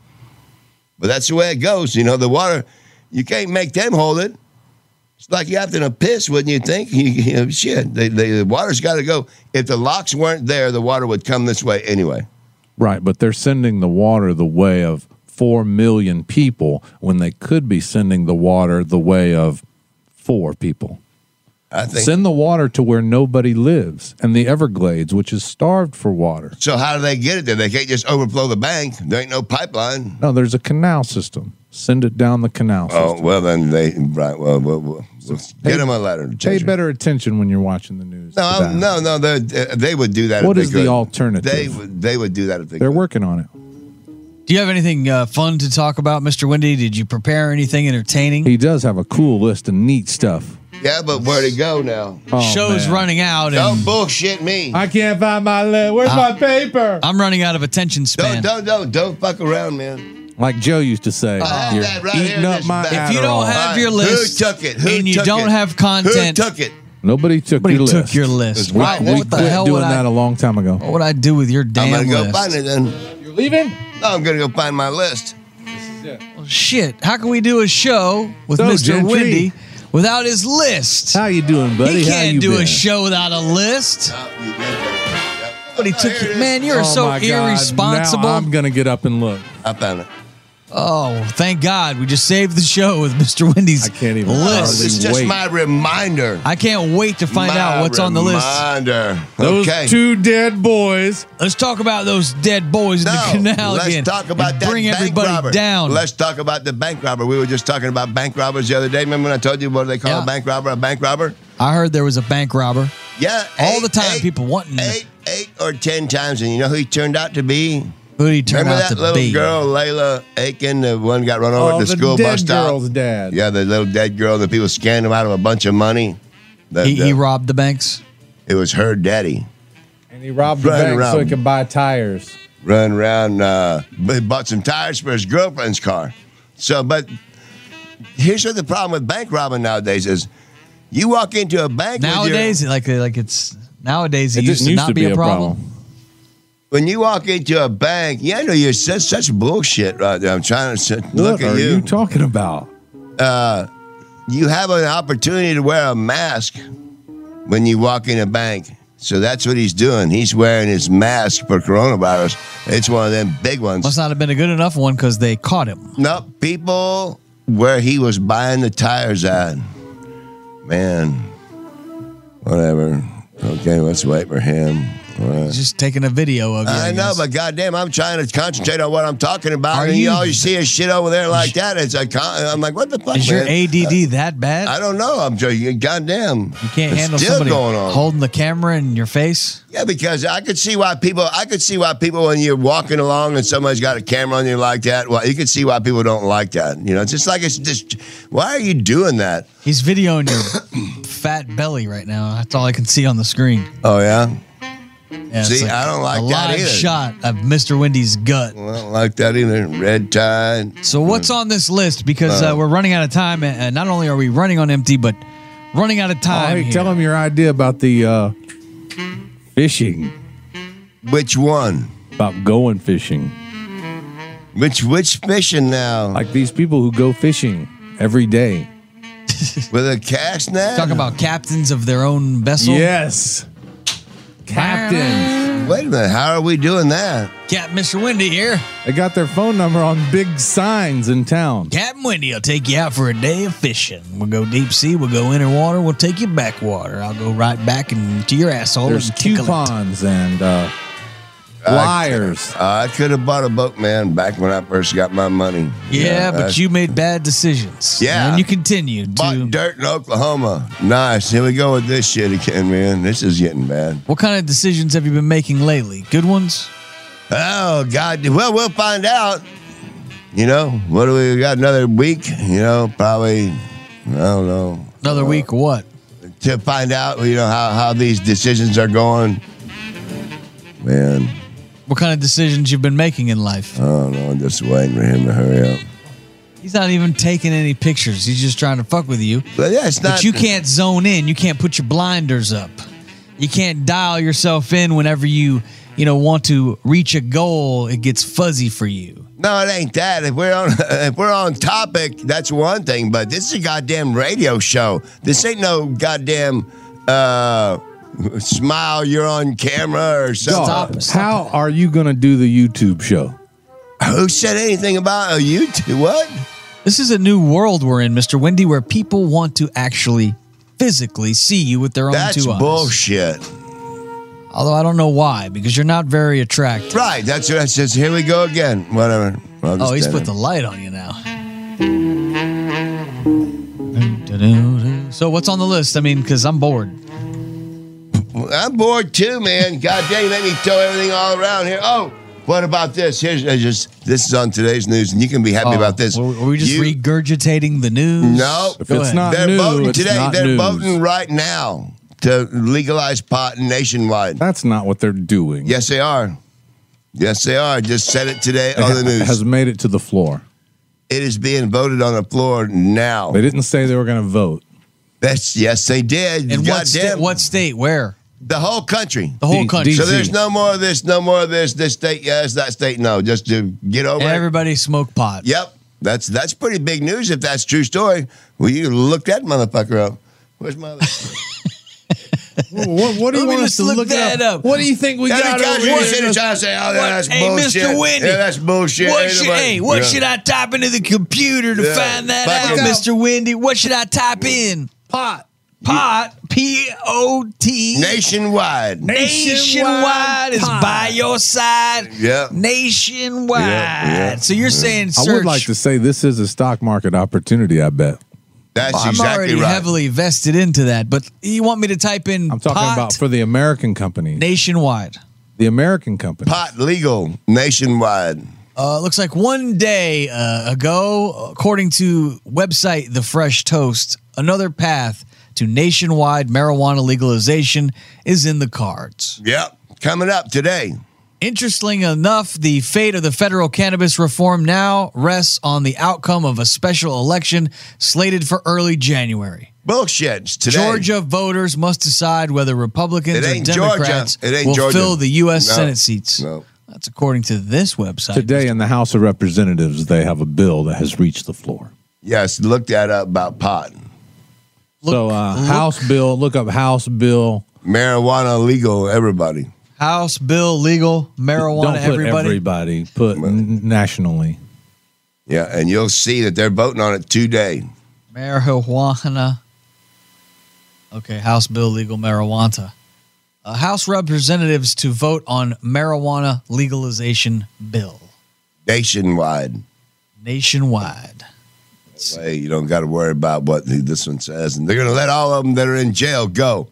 Speaker 1: but that's the way it goes. You know the water, you can't make them hold it. It's like you have to piss, wouldn't you think? You, you know, shit, they, they, the water's got to go. If the locks weren't there, the water would come this way anyway.
Speaker 3: Right, but they're sending the water the way of 4 million people when they could be sending the water the way of four people.
Speaker 1: I think
Speaker 3: Send the water to where nobody lives and the Everglades, which is starved for water.
Speaker 1: So, how do they get it there? They can't just overflow the bank. There ain't no pipeline.
Speaker 3: No, there's a canal system. Send it down the canal
Speaker 1: oh,
Speaker 3: system.
Speaker 1: well, then they, right. Well, well, well, well pay, get them a letter.
Speaker 3: Pay better attention when you're watching the news.
Speaker 1: No, I'm, no, no. They, uh, they would do that.
Speaker 3: What
Speaker 1: is
Speaker 3: the alternative?
Speaker 1: They would, they would do that if they
Speaker 3: They're
Speaker 1: could.
Speaker 3: working on it.
Speaker 2: Do you have anything uh, fun to talk about, Mr. Wendy? Did you prepare anything entertaining?
Speaker 3: He does have a cool list of neat stuff.
Speaker 1: Yeah, but where to go now?
Speaker 2: Oh, Show's man. running
Speaker 3: Mm.
Speaker 2: out.
Speaker 1: Don't bullshit me.
Speaker 3: I can't find my list. Where's uh, my paper?
Speaker 2: I'm running out of attention span.
Speaker 1: Don't, don't, don't, don't fuck around, man.
Speaker 3: Like Joe used to say,
Speaker 1: I
Speaker 3: you're
Speaker 1: that right
Speaker 3: eating
Speaker 1: here
Speaker 3: up
Speaker 1: in
Speaker 3: my
Speaker 1: this
Speaker 2: If you
Speaker 3: Adderall.
Speaker 2: don't have your
Speaker 1: Who
Speaker 2: list
Speaker 1: took it? Who
Speaker 2: and you
Speaker 1: took
Speaker 2: don't
Speaker 1: it?
Speaker 2: have
Speaker 1: Who
Speaker 2: content,
Speaker 1: took it?
Speaker 3: Nobody took
Speaker 2: nobody
Speaker 3: your
Speaker 2: took
Speaker 3: list.
Speaker 2: your list.
Speaker 1: We-
Speaker 2: Why-
Speaker 1: we
Speaker 2: what the
Speaker 3: Quit
Speaker 2: hell
Speaker 3: doing
Speaker 2: would I,
Speaker 3: that a long time ago.
Speaker 2: what would I do with your damn
Speaker 1: I'm gonna go
Speaker 2: list?
Speaker 1: find it then.
Speaker 3: You're leaving?
Speaker 1: No, I'm gonna go find my list.
Speaker 2: Shit, how can we do a show with
Speaker 3: So,
Speaker 2: Mr.
Speaker 3: Gentry.
Speaker 2: Wendy without his list?
Speaker 3: How you doing,
Speaker 2: he
Speaker 3: buddy? How
Speaker 2: can't
Speaker 3: you
Speaker 2: do a
Speaker 3: been?
Speaker 2: show without a list.
Speaker 1: Oh, you did that. Yep.
Speaker 2: But he
Speaker 1: Oh,
Speaker 2: took
Speaker 1: here it is.
Speaker 2: man, you're
Speaker 3: Oh
Speaker 2: so
Speaker 3: my God,
Speaker 2: irresponsible.
Speaker 3: Now I'm gonna get up and look.
Speaker 1: I found it.
Speaker 2: oh, thank God. We just saved the show with Mr. Wendy's
Speaker 3: I can't even
Speaker 1: Oh, This
Speaker 2: list.
Speaker 1: is just
Speaker 3: wait.
Speaker 1: my reminder.
Speaker 2: I can't wait to find
Speaker 1: My
Speaker 2: out what's on the list.
Speaker 1: Reminder.
Speaker 3: Those
Speaker 1: okay.
Speaker 3: two dead boys.
Speaker 2: Let's talk about those dead boys in
Speaker 1: No,
Speaker 2: the canal
Speaker 1: let's
Speaker 2: again.
Speaker 1: talk about
Speaker 2: and
Speaker 1: that
Speaker 2: bring
Speaker 1: bank
Speaker 2: everybody
Speaker 1: robber.
Speaker 2: down.
Speaker 1: Let's talk about the bank robber. We were just talking about bank robbers the other day. Remember when I told you what they call
Speaker 2: Yeah.
Speaker 1: a bank robber? A bank robber?
Speaker 2: I heard there was a bank robber.
Speaker 1: Yeah.
Speaker 2: All
Speaker 1: eight-
Speaker 2: the time
Speaker 1: eight-
Speaker 2: people wanting to-
Speaker 1: eight, eight or ten times, and you know who he turned out to be?
Speaker 2: Who did he turn
Speaker 1: Remember
Speaker 2: out
Speaker 1: that
Speaker 2: to
Speaker 1: little
Speaker 2: be?
Speaker 1: girl, Layla Aiken, the one got run over
Speaker 3: Oh,
Speaker 1: at the,
Speaker 3: the
Speaker 1: school
Speaker 3: dead
Speaker 1: bus stop.
Speaker 3: girl's dad.
Speaker 1: Yeah, the little dead girl. The people scammed him out of a bunch of money. The-
Speaker 2: He, he
Speaker 1: the-
Speaker 2: robbed the banks.
Speaker 1: it was her daddy.
Speaker 3: And he robbed
Speaker 1: Right
Speaker 3: the bank so
Speaker 1: around.
Speaker 3: he could buy tires.
Speaker 1: run around. Uh, he bought some tires for his girlfriend's car. So, but here's what the problem with bank robbing nowadays is: you walk into a bank with your-
Speaker 2: Nowadays, like like it's Nowadays, it,
Speaker 3: It
Speaker 2: used
Speaker 3: didn't
Speaker 2: to
Speaker 3: used
Speaker 2: not
Speaker 3: to
Speaker 2: be, a problem.
Speaker 1: When you walk into a bank, yeah, I know you're such, such bullshit right there. I'm trying to sit- look
Speaker 3: What
Speaker 1: at
Speaker 3: are
Speaker 1: you.
Speaker 3: you talking about?
Speaker 1: you have an opportunity to wear a mask when you walk in a bank. So that's what he's doing. He's wearing his mask for coronavirus. It's one of them big ones.
Speaker 2: Must not have been a good enough one because they caught him.
Speaker 1: No, people where he was buying the tires at. Man, whatever. Okay, let's wait for him. All right.
Speaker 2: Just taking a video of you.
Speaker 1: I know,
Speaker 2: guess.
Speaker 1: but goddamn, I'm trying to concentrate on what I'm talking about.
Speaker 2: Are
Speaker 1: and you,
Speaker 2: you-
Speaker 1: all you see is shit over there like that. It's a con- I'm like, what the fuck?
Speaker 2: is your
Speaker 1: man?
Speaker 2: ADD that bad?
Speaker 1: I don't know. I'm just goddamn.
Speaker 2: you can't
Speaker 1: it's
Speaker 2: handle
Speaker 1: still
Speaker 2: somebody
Speaker 1: going on.
Speaker 2: holding the camera in your face.
Speaker 1: Yeah, because I could see why people. I could see why people when you're walking along and somebody's got a camera on you like that. Well, you could see why people don't like that. You know, it's just like it's just. Why are you doing that?
Speaker 2: He's videoing your fat belly right now. That's all I can see on the screen.
Speaker 1: Oh yeah,
Speaker 2: Yeah, it's
Speaker 1: See, I don't like
Speaker 2: a
Speaker 1: that
Speaker 2: live
Speaker 1: either.
Speaker 2: shot of Mr. Wendy's gut.
Speaker 1: I don't like that either. Red tide.
Speaker 2: So
Speaker 1: Hmm.
Speaker 2: what's on this list? Because uh, we're running out of time, and and not only are we running on empty, but running out of
Speaker 3: Oh,
Speaker 2: time.
Speaker 3: hey,
Speaker 2: here.
Speaker 3: tell him your idea about the uh, fishing,
Speaker 1: Which one?
Speaker 3: about going fishing.
Speaker 1: Which which fishing now?
Speaker 3: Like these people who go fishing every day.
Speaker 1: With a cast net?
Speaker 2: Talk about captains of their own vessel.
Speaker 3: yes. Captains.
Speaker 1: Wait a minute. How are we doing that?
Speaker 2: Captain Mr. Wendy here.
Speaker 3: They got their phone number on big signs in town.
Speaker 2: Captain Wendy will take you out for a day of fishing. We'll go deep sea, we'll go inner water, we'll take you back water. I'll go right back and to your asshole
Speaker 3: There's
Speaker 2: and tickle it.
Speaker 3: Oh, coupons and uh, liars.
Speaker 1: I could have bought a boat, man, back when I first got my money.
Speaker 2: Yeah,
Speaker 1: I
Speaker 2: but you made bad decisions.
Speaker 1: Yeah.
Speaker 2: And you continue
Speaker 1: Bought
Speaker 2: to.
Speaker 1: dirt in Oklahoma. Nice. Here we go with this shit again, man. This is getting bad.
Speaker 2: What kind of decisions have you been making lately? Good ones?
Speaker 1: Oh God! Well, we'll find out. You know, what do we we got? Another week? You know, probably. I don't know.
Speaker 2: Another week or what?
Speaker 1: to find out. You know how how these decisions are going. Man,
Speaker 2: What kind of decisions you've been making in life?
Speaker 1: I don't know. I'm just waiting for him to hurry up.
Speaker 2: He's not even taking any pictures. He's just trying to fuck with you.
Speaker 1: But yeah, it's not.
Speaker 2: But you can't zone in. You can't put your blinders up. You can't dial yourself in whenever you, you know, want to reach a goal. It gets fuzzy for you.
Speaker 1: No, it ain't that. If we're on if we're on topic, that's one thing. But this is a goddamn radio show. This ain't no goddamn. uh Smile, you're on camera or something.
Speaker 2: Stop.
Speaker 3: Dog, How are you going to do the YouTube show?
Speaker 1: Who said anything about a YouTube? What?
Speaker 2: This is a new world we're in, Mr. Wendy, where people want to actually physically see you with their own
Speaker 1: That's
Speaker 2: two eyes.
Speaker 1: bullshit.
Speaker 2: Although I don't know why, because you're not very attractive.
Speaker 1: Right. That's that's just here we go again. Whatever. I'll just
Speaker 2: Oh, he's
Speaker 1: tell
Speaker 2: put
Speaker 1: him.
Speaker 2: the light on you now. So what's on the list? I mean, because I'm bored.
Speaker 1: I'm bored too, man. God damn, you make me throw everything all around here. Oh, what about this? Here's I just this is on today's news, and you can be happy
Speaker 2: Oh,
Speaker 1: about this.
Speaker 2: Are we- are we just
Speaker 1: You-
Speaker 2: regurgitating the news?
Speaker 1: No.
Speaker 3: If
Speaker 2: Go
Speaker 3: it's
Speaker 2: ahead.
Speaker 3: not
Speaker 1: They're
Speaker 3: new,
Speaker 1: voting
Speaker 3: it's
Speaker 1: today.
Speaker 3: not
Speaker 1: They're
Speaker 3: news.
Speaker 1: voting right now to legalize pot nationwide.
Speaker 3: That's not what they're doing.
Speaker 1: Yes, they are. Yes, they are. Just said it today
Speaker 3: It
Speaker 1: on the
Speaker 3: ha-
Speaker 1: news.
Speaker 3: has made it to the floor.
Speaker 1: it is being voted on the floor now.
Speaker 3: They didn't say they were going to vote.
Speaker 1: That's yes, they did.
Speaker 2: And what, sta-
Speaker 1: Goddamn,
Speaker 2: what state? Where?
Speaker 1: the whole country.
Speaker 2: The whole
Speaker 3: D-
Speaker 2: country.
Speaker 1: So
Speaker 3: DC.
Speaker 1: there's no more of this, no more of this. This state, yes, that state, no. Just to get over it.
Speaker 2: Everybody smoke pot.
Speaker 1: Yep. That's that's pretty big news if that's true story. Well, you look that motherfucker up. Where's my other-
Speaker 3: What, what do
Speaker 2: Let
Speaker 3: you
Speaker 2: me
Speaker 3: want
Speaker 2: just
Speaker 3: us to
Speaker 2: look
Speaker 3: look,
Speaker 2: that up.
Speaker 3: What do you think we
Speaker 1: Every
Speaker 3: got
Speaker 1: time
Speaker 3: over
Speaker 1: you
Speaker 3: here?
Speaker 1: sit there trying to say, oh,
Speaker 2: What-
Speaker 1: that's
Speaker 2: hey,
Speaker 1: bullshit.
Speaker 2: Mr. Wendy,
Speaker 1: Yeah, that's bullshit.
Speaker 2: What
Speaker 1: Ain't
Speaker 2: should,
Speaker 1: nobody-
Speaker 2: hey, what
Speaker 1: Yeah.
Speaker 2: should I type into the computer to
Speaker 1: Yeah.
Speaker 2: find that
Speaker 1: Fuck
Speaker 2: out,
Speaker 1: it.
Speaker 2: Mr. Wendy? What should I type in?
Speaker 3: Pot.
Speaker 2: Pot, P O T. E.
Speaker 1: Nationwide.
Speaker 2: Nationwide is by your side.
Speaker 1: Yeah.
Speaker 2: Nationwide.
Speaker 1: Yeah, Mm-hmm. yeah.
Speaker 2: So you're saying
Speaker 3: I
Speaker 2: search.
Speaker 3: would like to say this is a stock market opportunity, I bet.
Speaker 1: That's
Speaker 2: I'm
Speaker 1: exactly
Speaker 2: already
Speaker 1: right.
Speaker 2: heavily vested into that, but you want me to type in
Speaker 3: I'm talking
Speaker 2: pot
Speaker 3: about for the American company.
Speaker 2: nationwide?
Speaker 3: the American company.
Speaker 1: Pot legal nationwide.
Speaker 2: Uh, looks like one day uh, ago, according to website The Fresh Toast, another path to nationwide marijuana legalization is in the cards.
Speaker 1: Yep. Coming up today.
Speaker 2: Interestingly enough, the fate of the federal cannabis reform now rests on the outcome of a special election slated for early January.
Speaker 1: Bullshit. It's Today.
Speaker 2: Georgia voters must decide whether Republicans
Speaker 1: It
Speaker 2: or
Speaker 1: ain't Georgia.
Speaker 2: Democrats
Speaker 1: It ain't
Speaker 2: will
Speaker 1: Georgia.
Speaker 2: fill the U.S.
Speaker 1: No.
Speaker 2: Senate seats.
Speaker 1: No.
Speaker 2: That's according to this website.
Speaker 3: Today in the House of Representatives, they have a bill that has reached the floor.
Speaker 1: Yes, look that up about pot.
Speaker 2: Look-
Speaker 3: so uh,
Speaker 2: look-
Speaker 3: House bill, look up House bill.
Speaker 1: Marijuana legal, everybody.
Speaker 2: House bill legal marijuana.
Speaker 3: Don't put
Speaker 2: everybody.
Speaker 3: everybody, put n- nationally.
Speaker 1: Yeah, and you'll see that they're voting on it today.
Speaker 2: marijuana. Okay, House bill legal marijuana. Uh, House representatives to vote on marijuana legalization bill
Speaker 1: Nationwide.
Speaker 2: nationwide.
Speaker 1: Hey, you don't got to worry about what the- this one says. And they're going to let all of them that are in jail go.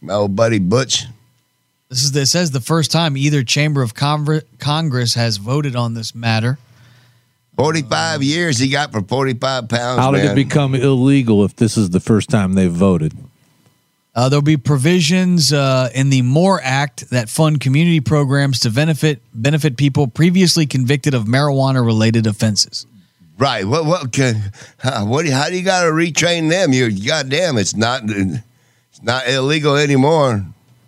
Speaker 1: My old buddy Butch.
Speaker 2: This is it says the first time either chamber of Conver- Congress has voted on this matter.
Speaker 1: 45 years he got for 45 pounds.
Speaker 3: How did
Speaker 1: man.
Speaker 3: it become illegal if this is the first time they voted?
Speaker 2: Uh, there'll be provisions uh, in the MORE Act that fund community programs to benefit benefit people previously convicted of marijuana related offenses.
Speaker 1: Right. What? What can? Huh, what? do you- How do you got to retrain them? You goddamn, it's not, it's not illegal anymore.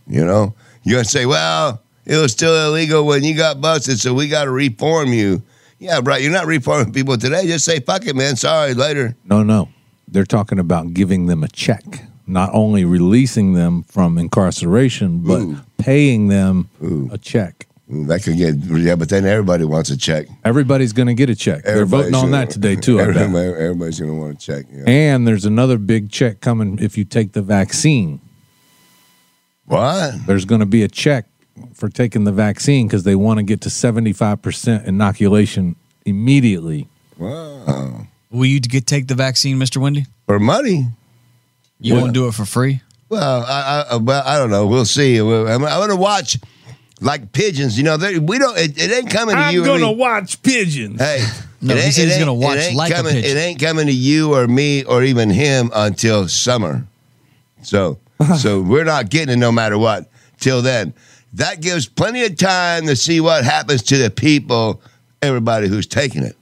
Speaker 1: You know, you're gonna say, well, it was still illegal when you got busted, so we got to reform you. Yeah, right. You're not reforming people today. Just say, fuck it, man. Sorry, later.
Speaker 3: No, no. They're talking about giving them a check, not only releasing them from incarceration, but paying them a check.
Speaker 1: Ooh, That could get yeah, but then everybody wants a check.
Speaker 3: Everybody's going to get a check.
Speaker 1: Everybody's
Speaker 3: They're voting on
Speaker 1: gonna-
Speaker 3: that today, too. I bet.
Speaker 1: Everybody, everybody's gonna want a check. Yeah.
Speaker 3: And there's another big check coming if you take the vaccine.
Speaker 1: What?
Speaker 3: There's going to be a check for taking the vaccine because they want to get to 75% inoculation immediately.
Speaker 1: Wow.
Speaker 2: Will you get, take the vaccine, Mister Wendy?
Speaker 1: For money.
Speaker 2: You
Speaker 1: Yeah.
Speaker 2: won't do it for free.
Speaker 1: Well, I, I, well, I don't know. We'll see. We'll- I'm, I'm going to watch like pigeons. You know, they- we don't. It, it ain't coming to
Speaker 4: I'm
Speaker 1: you. and
Speaker 4: gonna
Speaker 1: me.
Speaker 4: watch pigeons.
Speaker 1: Hey,
Speaker 2: No,
Speaker 1: it
Speaker 2: he
Speaker 1: ain't-
Speaker 2: said
Speaker 1: it
Speaker 2: he's
Speaker 1: ain't-
Speaker 2: gonna watch
Speaker 1: it ain't
Speaker 2: like a
Speaker 1: coming,
Speaker 2: pigeon.
Speaker 1: It ain't coming to you or me or even him until summer. So, so we're not getting it no matter what. Till then, that gives plenty of time to see what happens to the people, everybody who's taking it.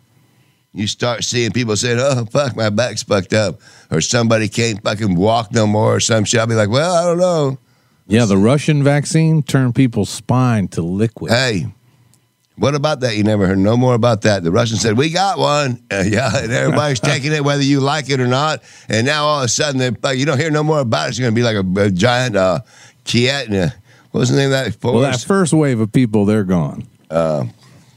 Speaker 1: You start seeing people saying, "Oh fuck, my back's fucked up," or somebody can't fucking walk no more, or some shit. I'll be like, "Well, I don't know."
Speaker 3: Yeah, the Russian vaccine turned people's spine to liquid.
Speaker 1: Hey, what about that? You never heard no more about that. The Russians said, We got one. Uh, yeah, and everybody's taking it, whether you like it or not. And now all of a sudden, they're, like, you don't hear no more about it. It's going to be like a, a giant uh, Kiet. and a- What was the name of that force?
Speaker 3: Well, that first wave of people, they're gone.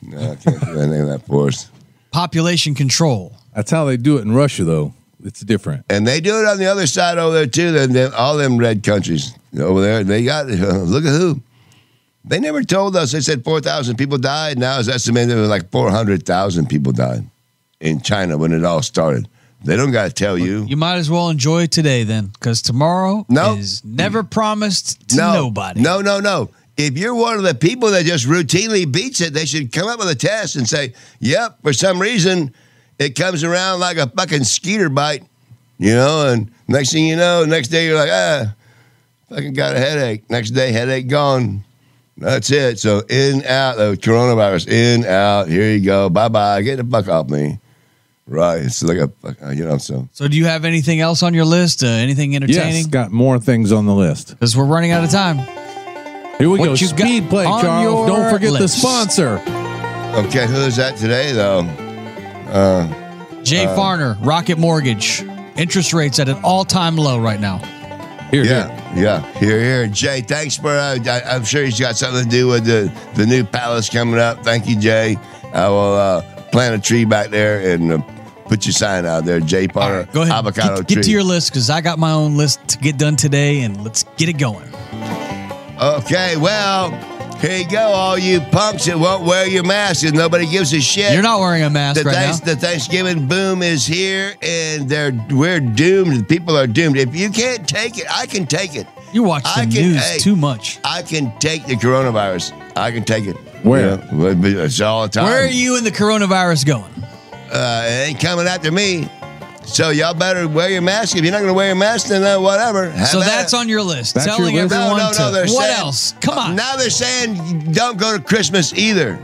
Speaker 1: no, I can't remember the name of that force.
Speaker 2: Population control.
Speaker 3: That's how they do it in Russia, though. It's different.
Speaker 1: And they do it on the other side over there, too. Then then all them red countries over there, they got Look at who. They never told us. They said 4,000 people died. Now it's estimated it was like 400,000 people died in China when it all started. They don't got to tell you.
Speaker 2: You might as well enjoy today then, because tomorrow
Speaker 1: Nope.
Speaker 2: is never promised to nobody.
Speaker 1: No, no, no. If you're one of the people that just routinely beats it, they should come up with a test and say, yep, for some reason, it comes around like a fucking skeeter bite, you know, and next thing you know, next day you're like, ah, fucking got a headache. Next day, headache gone. That's it. So in, out, the coronavirus, in, out, here you go. Bye bye. Get the fuck off me. Right. It's like a, fuck- uh, you know, so.
Speaker 2: So, do you have anything else on your list? Uh, anything
Speaker 3: Yes,
Speaker 2: entertaining?
Speaker 3: got more things on the list.
Speaker 2: Because we're running out of time.
Speaker 3: Here we
Speaker 2: What
Speaker 3: go.
Speaker 2: you got
Speaker 3: Speed play,
Speaker 2: on
Speaker 3: Charles.
Speaker 2: your
Speaker 3: Don't forget the
Speaker 2: list?
Speaker 3: sponsor.
Speaker 1: Okay. Who is that today, though?
Speaker 2: Jay
Speaker 1: Uh,
Speaker 2: Farner, Rocket Mortgage. Interest rates at an all time low right now.
Speaker 3: Here,
Speaker 1: Yeah,
Speaker 3: here.
Speaker 1: yeah. Here, here, Jay. Thanks for. Uh, I, I'm sure he's got something to do with the the new palace coming up. Thank you, Jay. I will uh, plant a tree back there and uh, put your sign out there, Jay
Speaker 2: All
Speaker 1: Parker
Speaker 2: right, go ahead.
Speaker 1: avocado
Speaker 2: get, get
Speaker 1: tree.
Speaker 2: to your list because I got my own list to get done today, and let's get it going.
Speaker 1: okay, well, here you go, all you punks that won't wear your mask and nobody gives a shit.
Speaker 2: You're not wearing a mask
Speaker 1: the,
Speaker 2: right
Speaker 1: thanks-
Speaker 2: now.
Speaker 1: the Thanksgiving boom is here, and they're we're doomed. People are doomed. If you can't take it, I can take it.
Speaker 2: You watch the
Speaker 1: I can-
Speaker 2: news
Speaker 1: hey.
Speaker 2: too much.
Speaker 1: I can take the coronavirus. I can take it.
Speaker 3: Where?
Speaker 1: Yeah, well, it's all the time.
Speaker 2: Where are you and the coronavirus going?
Speaker 1: uh, it ain't coming after me. So y'all better wear your mask. If you're not going to wear your mask, then uh, whatever. Have
Speaker 2: So
Speaker 1: at
Speaker 2: that's
Speaker 1: it.
Speaker 2: on your list.
Speaker 3: That's your
Speaker 2: Telling
Speaker 3: list?
Speaker 2: everyone
Speaker 1: No, no, no.
Speaker 2: to.
Speaker 1: They're
Speaker 2: what
Speaker 1: saying-
Speaker 2: else? Come on.
Speaker 1: Now they're saying don't go to Christmas either.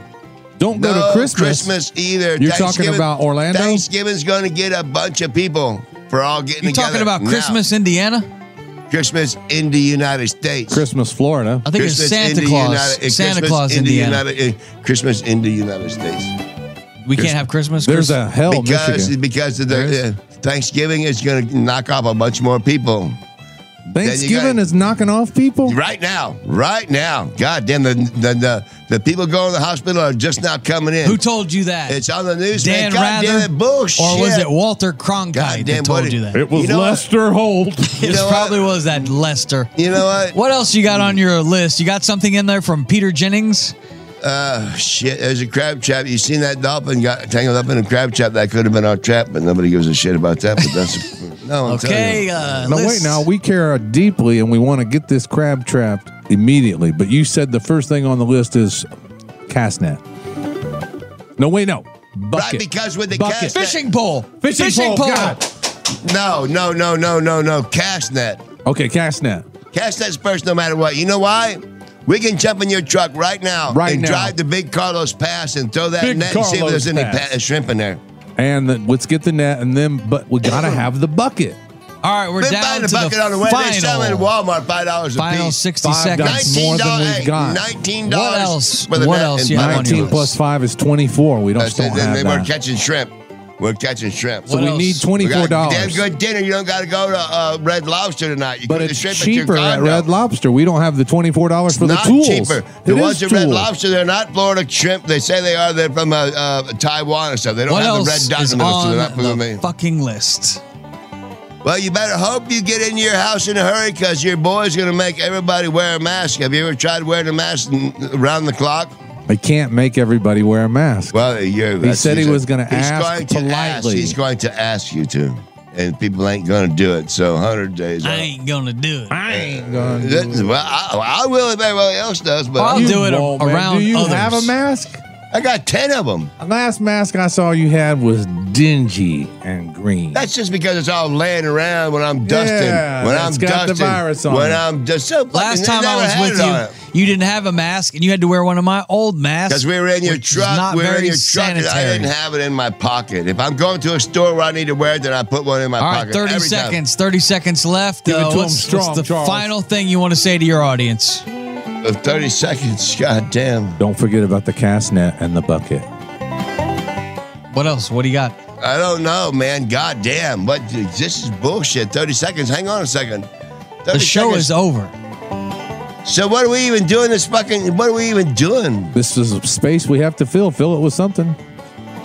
Speaker 3: Don't go
Speaker 1: no
Speaker 3: to Christmas.
Speaker 1: either.
Speaker 3: You're talking
Speaker 1: Thanksgiving-
Speaker 3: about Orlando?
Speaker 1: Thanksgiving's going to get a bunch of people for all getting
Speaker 2: You're
Speaker 1: together.
Speaker 2: talking about
Speaker 1: now.
Speaker 2: Christmas, Indiana?
Speaker 1: Christmas in the United States.
Speaker 3: Christmas, Florida.
Speaker 2: I think
Speaker 1: Christmas
Speaker 2: it's
Speaker 1: in
Speaker 2: Santa
Speaker 1: the
Speaker 2: Claus.
Speaker 1: United- eh,
Speaker 2: Santa
Speaker 1: Christmas
Speaker 2: Claus,
Speaker 1: in the
Speaker 2: Indiana.
Speaker 1: United- eh, Christmas in the United States.
Speaker 2: we can't have Christmas.
Speaker 3: There's
Speaker 2: Christ-
Speaker 3: a hell
Speaker 1: because
Speaker 3: Michigan.
Speaker 1: because of the, uh, Thanksgiving is going to knock off a bunch more people.
Speaker 3: Thanksgiving is knocking off people.
Speaker 1: Right now, right now, God damn the the the, the people going to the hospital are just now coming in.
Speaker 2: Who told you that?
Speaker 1: it's on the news. man.
Speaker 2: Dan
Speaker 1: God
Speaker 2: Rather?
Speaker 1: damn it, bullshit.
Speaker 2: Or was it Walter Cronkite
Speaker 1: Goddamn,
Speaker 2: that told
Speaker 1: buddy.
Speaker 2: you that?
Speaker 3: It was
Speaker 1: You know what?
Speaker 3: Lester Holt.
Speaker 2: It
Speaker 1: know what?
Speaker 2: probably was that Lester.
Speaker 1: You know what?
Speaker 2: What else you got on your list? You got something in there from Peter Jennings?
Speaker 1: Uh, shit, there's a crab trap. You seen that dolphin got tangled up in a crab trap? That could have been our trap, but nobody gives a shit about that. But that's no. I'm telling
Speaker 2: Okay.
Speaker 1: you.
Speaker 2: Uh,
Speaker 3: No, wait.
Speaker 2: list.
Speaker 3: Now we care deeply, and we want to get this crab trapped immediately. But you said the first thing on the list is cast net. No, wait, no. Bucket.
Speaker 1: Right, because with the
Speaker 3: Bucket.
Speaker 1: cast net-
Speaker 2: Fishing pole.
Speaker 3: Fishing pole, God.
Speaker 1: no, no, no, no, no, no, cast net.
Speaker 3: Okay, cast net.
Speaker 1: Cast that's first no matter what. You know why? We can jump in your truck right now
Speaker 3: Right
Speaker 1: and
Speaker 3: now.
Speaker 1: drive the big Carlos Pass and throw that
Speaker 3: Big
Speaker 1: net and see if
Speaker 3: Carlos
Speaker 1: there's any
Speaker 3: Pass.
Speaker 1: pa- shrimp in there.
Speaker 3: And the, let's get the net, and then but we gotta have the bucket.
Speaker 2: All right, we're
Speaker 1: Been
Speaker 2: down
Speaker 1: buying
Speaker 2: to
Speaker 1: a bucket
Speaker 2: the
Speaker 1: on the way. They sell them at
Speaker 2: final,
Speaker 1: Walmart five dollars a
Speaker 2: final
Speaker 1: piece.
Speaker 2: 60
Speaker 3: Five
Speaker 2: seconds.
Speaker 3: dollars. more than we've
Speaker 1: hey,
Speaker 3: got.
Speaker 1: Nineteen dollars.
Speaker 2: What else? What else you have on your
Speaker 3: Nineteen
Speaker 2: list?
Speaker 3: plus five is twenty-four. We don't,
Speaker 1: That's
Speaker 3: still
Speaker 1: it. Then
Speaker 3: have
Speaker 1: they were
Speaker 3: that.
Speaker 1: catching shrimp. We're catching shrimp.
Speaker 3: So
Speaker 2: What
Speaker 3: we
Speaker 2: else?
Speaker 3: need
Speaker 1: We
Speaker 3: twenty-four
Speaker 1: got a damn
Speaker 3: dollars.
Speaker 1: good dinner. You don't got to go to uh, Red Lobster tonight. You
Speaker 3: But
Speaker 1: can get
Speaker 3: it's
Speaker 1: shrimp
Speaker 3: cheaper
Speaker 1: at, your
Speaker 3: at
Speaker 1: condo.
Speaker 3: Red Lobster. We don't have the twenty-four dollars for
Speaker 1: not
Speaker 3: the tools.
Speaker 1: cheaper. The
Speaker 3: It is
Speaker 1: ones at Red
Speaker 3: tools.
Speaker 1: Lobster, they're not Florida shrimp. They say they are. They're from uh, uh, Taiwan and stuff. They don't
Speaker 2: What
Speaker 1: have the
Speaker 2: else
Speaker 1: red dot
Speaker 2: is
Speaker 1: in the middle, so
Speaker 2: on
Speaker 1: they're not from
Speaker 2: the
Speaker 1: me.
Speaker 2: fucking list?
Speaker 1: well, you better hope you get into your house in a hurry because your boy's going to make everybody wear a mask. Have you ever tried wearing a mask n- around the clock?
Speaker 3: They can't make everybody wear a mask.
Speaker 1: Well, you're,
Speaker 3: He said he was gonna
Speaker 1: he's
Speaker 3: ask
Speaker 1: going to ask.
Speaker 3: politely.
Speaker 1: He's going to ask you to, and people ain't going to do it. So hundred days.
Speaker 2: I
Speaker 1: out.
Speaker 2: ain't gonna do it.
Speaker 4: I ain't.
Speaker 1: Eh, That- Well, I, I will if everybody else does, but
Speaker 2: I'll
Speaker 1: I'm-
Speaker 3: You
Speaker 2: do it
Speaker 3: won't, man.
Speaker 2: around
Speaker 3: Do you
Speaker 2: others.
Speaker 3: have a mask?
Speaker 1: I got ten of them.
Speaker 3: The last mask I saw you had was dingy and green.
Speaker 1: That's just because it's all laying around when I'm dusting.
Speaker 3: Yeah,
Speaker 1: when I'm
Speaker 3: it's got the
Speaker 1: dusting.
Speaker 3: virus on
Speaker 1: when
Speaker 3: it.
Speaker 1: I'm just so fucking-
Speaker 2: Last
Speaker 1: they
Speaker 2: time I
Speaker 1: never had it on
Speaker 2: was
Speaker 1: it.
Speaker 2: with you, you didn't have a mask and you had to wear one of my old masks.
Speaker 1: Because we were in your
Speaker 2: which is
Speaker 1: truck,
Speaker 2: Not
Speaker 1: we were in
Speaker 2: very
Speaker 1: your truck, and I
Speaker 2: sanitary.
Speaker 1: didn't have it in my pocket. If I'm going to a store where I need to wear it, then I put one in my
Speaker 2: All
Speaker 1: pocket.
Speaker 2: right, 30
Speaker 1: every time.
Speaker 2: seconds. 30 seconds left.
Speaker 3: Give it to
Speaker 2: Uh,
Speaker 3: 'em
Speaker 2: what's,
Speaker 3: strong,
Speaker 2: what's the
Speaker 3: Charles.
Speaker 2: final thing you want to say to your audience?
Speaker 1: Uh, 30 seconds. God damn.
Speaker 3: Don't forget about the cast net and the bucket.
Speaker 2: What else? What do you got?
Speaker 1: I don't know, man. God damn. What? This is bullshit. 30 seconds. Hang on a second. 30
Speaker 2: The show
Speaker 1: seconds.
Speaker 2: is over.
Speaker 1: So what are we even doing? This fucking. What are we even doing?
Speaker 3: This is a space we have to fill. Fill it with something.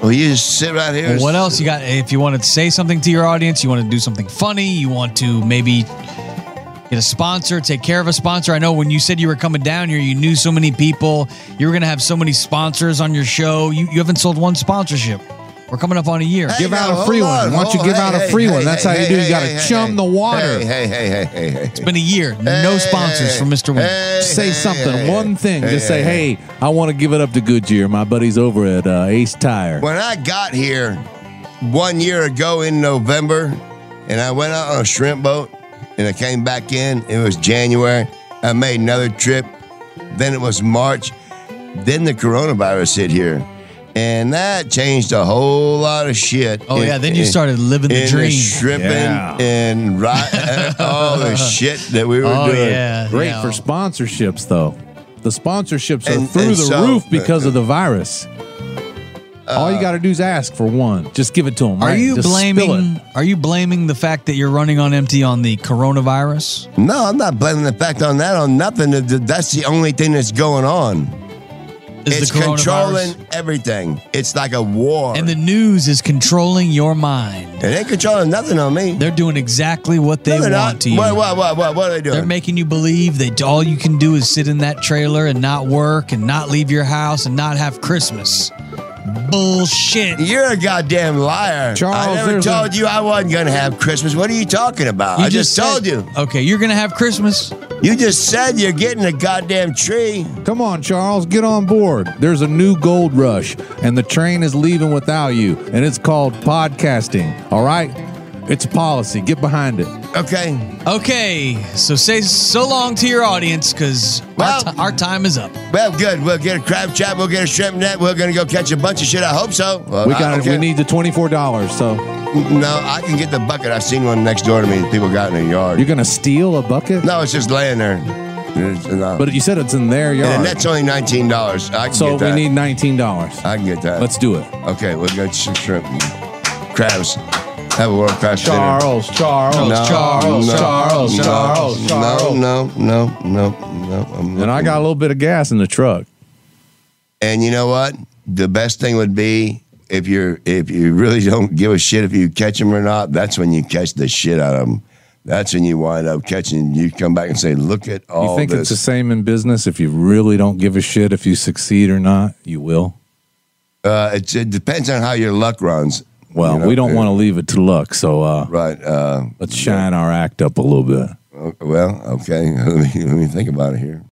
Speaker 1: Well, you just sit right here. and
Speaker 2: What else you got? If you want to say something to your audience, you want to do something funny, you want to maybe get a sponsor, take care of a sponsor. I know when you said you were coming down here, you knew so many people. You were going to have so many sponsors on your show. You, you haven't sold one sponsorship. We're coming up on a year.
Speaker 1: Hey,
Speaker 3: Give out
Speaker 1: now,
Speaker 3: a
Speaker 1: hold
Speaker 3: free one. Why don't you
Speaker 1: Hold
Speaker 3: give
Speaker 1: on.
Speaker 3: out a free one? That's how you do it. You gotta chum
Speaker 1: hey,
Speaker 3: the water.
Speaker 1: Hey, hey, hey, hey, hey, hey.
Speaker 2: It's been a year. No
Speaker 1: Hey,
Speaker 2: sponsors
Speaker 1: hey,
Speaker 2: for Mr. Win.
Speaker 1: hey,
Speaker 3: say
Speaker 1: hey,
Speaker 3: something.
Speaker 1: hey,
Speaker 3: one
Speaker 1: hey.
Speaker 3: thing. Just say,
Speaker 1: hey.
Speaker 3: hey, I want to give it up to Goodyear. My buddy's over at uh, Ace Tire.
Speaker 1: When I got here one year ago in November, and I went out on a shrimp boat, and I came back in. It was January. I made another trip. Then it was March. Then the coronavirus hit here, and that changed a whole lot of shit.
Speaker 2: Oh,
Speaker 1: in-
Speaker 2: yeah. Then you
Speaker 1: in-
Speaker 2: started living the
Speaker 1: and
Speaker 2: dream.
Speaker 1: shrimping
Speaker 3: Yeah.
Speaker 1: and right, all the shit that we were
Speaker 2: Oh,
Speaker 1: doing.
Speaker 2: yeah.
Speaker 3: Great
Speaker 2: yeah.
Speaker 3: for sponsorships, though. The sponsorships are
Speaker 1: And-
Speaker 3: through
Speaker 1: and
Speaker 3: the
Speaker 1: so- Uh,
Speaker 3: roof because of the virus. All you got to do is ask for one. Just give it to them.
Speaker 2: Are
Speaker 3: right?
Speaker 2: you
Speaker 3: Just spill it.
Speaker 2: blaming? Are you blaming the fact that you're running on empty on the coronavirus?
Speaker 1: No, I'm not blaming the fact on that on nothing. Th- th- That's the only thing that's going on.
Speaker 2: Is
Speaker 1: it's
Speaker 2: the coronavirus
Speaker 1: controlling everything. It's like a war,
Speaker 2: and the news is controlling your mind?
Speaker 1: it ain't controlling nothing on me.
Speaker 2: They're doing exactly what they
Speaker 1: No, they're
Speaker 2: want
Speaker 1: not.
Speaker 2: to you.
Speaker 1: What, what, what, what, what are they doing?
Speaker 2: They're making you believe that all you can do is sit in that trailer and not work and not leave your house and not have Christmas. Bullshit.
Speaker 1: You're a goddamn liar. I
Speaker 3: Charles,
Speaker 1: never
Speaker 3: there's a-
Speaker 1: told you I wasn't going to have Christmas. What are you talking about? I just,
Speaker 2: said-
Speaker 1: told you.
Speaker 2: Okay, you're gonna have Christmas.
Speaker 1: You just said you're getting a goddamn tree.
Speaker 3: Come on, Charles, get on board. There's a new gold rush, and the train is leaving without you, and it's called podcasting. All right? It's a policy. Get behind it.
Speaker 1: Okay.
Speaker 2: Okay, so say so long to your audience because
Speaker 1: Well-
Speaker 2: our, ti- our time is up.
Speaker 1: Well, good. We'll get a crab trap. We'll get a shrimp net. We're gonna go catch a bunch of shit. I hope so. Well,
Speaker 3: We
Speaker 1: I
Speaker 3: got.
Speaker 1: don't
Speaker 3: it. We
Speaker 1: care.
Speaker 3: need the twenty four dollars. So
Speaker 1: No, I can get the bucket. I've seen one next door to me. that People got in their yard.
Speaker 3: you're gonna steal a bucket?
Speaker 1: no, it's just laying there. It's- no.
Speaker 3: But you said it's in their
Speaker 1: and the
Speaker 3: yard.
Speaker 1: net's only nineteen dollars. I can
Speaker 3: So
Speaker 1: get
Speaker 3: we
Speaker 1: that. Uh,
Speaker 3: need nineteen dollars.
Speaker 1: I can get that.
Speaker 3: Let's do it.
Speaker 1: okay, we'll get some shrimp, and crabs. Have a world class dinner.
Speaker 3: Charles, Charles,
Speaker 1: No,
Speaker 3: Charles,
Speaker 1: no,
Speaker 3: Charles,
Speaker 1: no,
Speaker 3: Charles, Charles.
Speaker 1: No, no, no, no. I'm
Speaker 3: And I got a little bit of gas in the truck.
Speaker 1: And you know what? The best thing would be if you're if you really don't give a shit if you catch them or not. That's when you catch the shit out of them. That's when you wind up catching. You come back and say, "Look at all
Speaker 3: You think
Speaker 1: this."
Speaker 3: it's the same in business? If you really don't give a shit if you succeed or not, you will.
Speaker 1: uh, it, it depends on how your luck runs.
Speaker 3: Well,
Speaker 1: You know,
Speaker 3: we don't
Speaker 1: uh,
Speaker 3: want to leave it to luck, so uh,
Speaker 1: Right. Uh,
Speaker 3: let's shine our act up a little bit.
Speaker 1: o- well, okay. let, me, let me think about it here.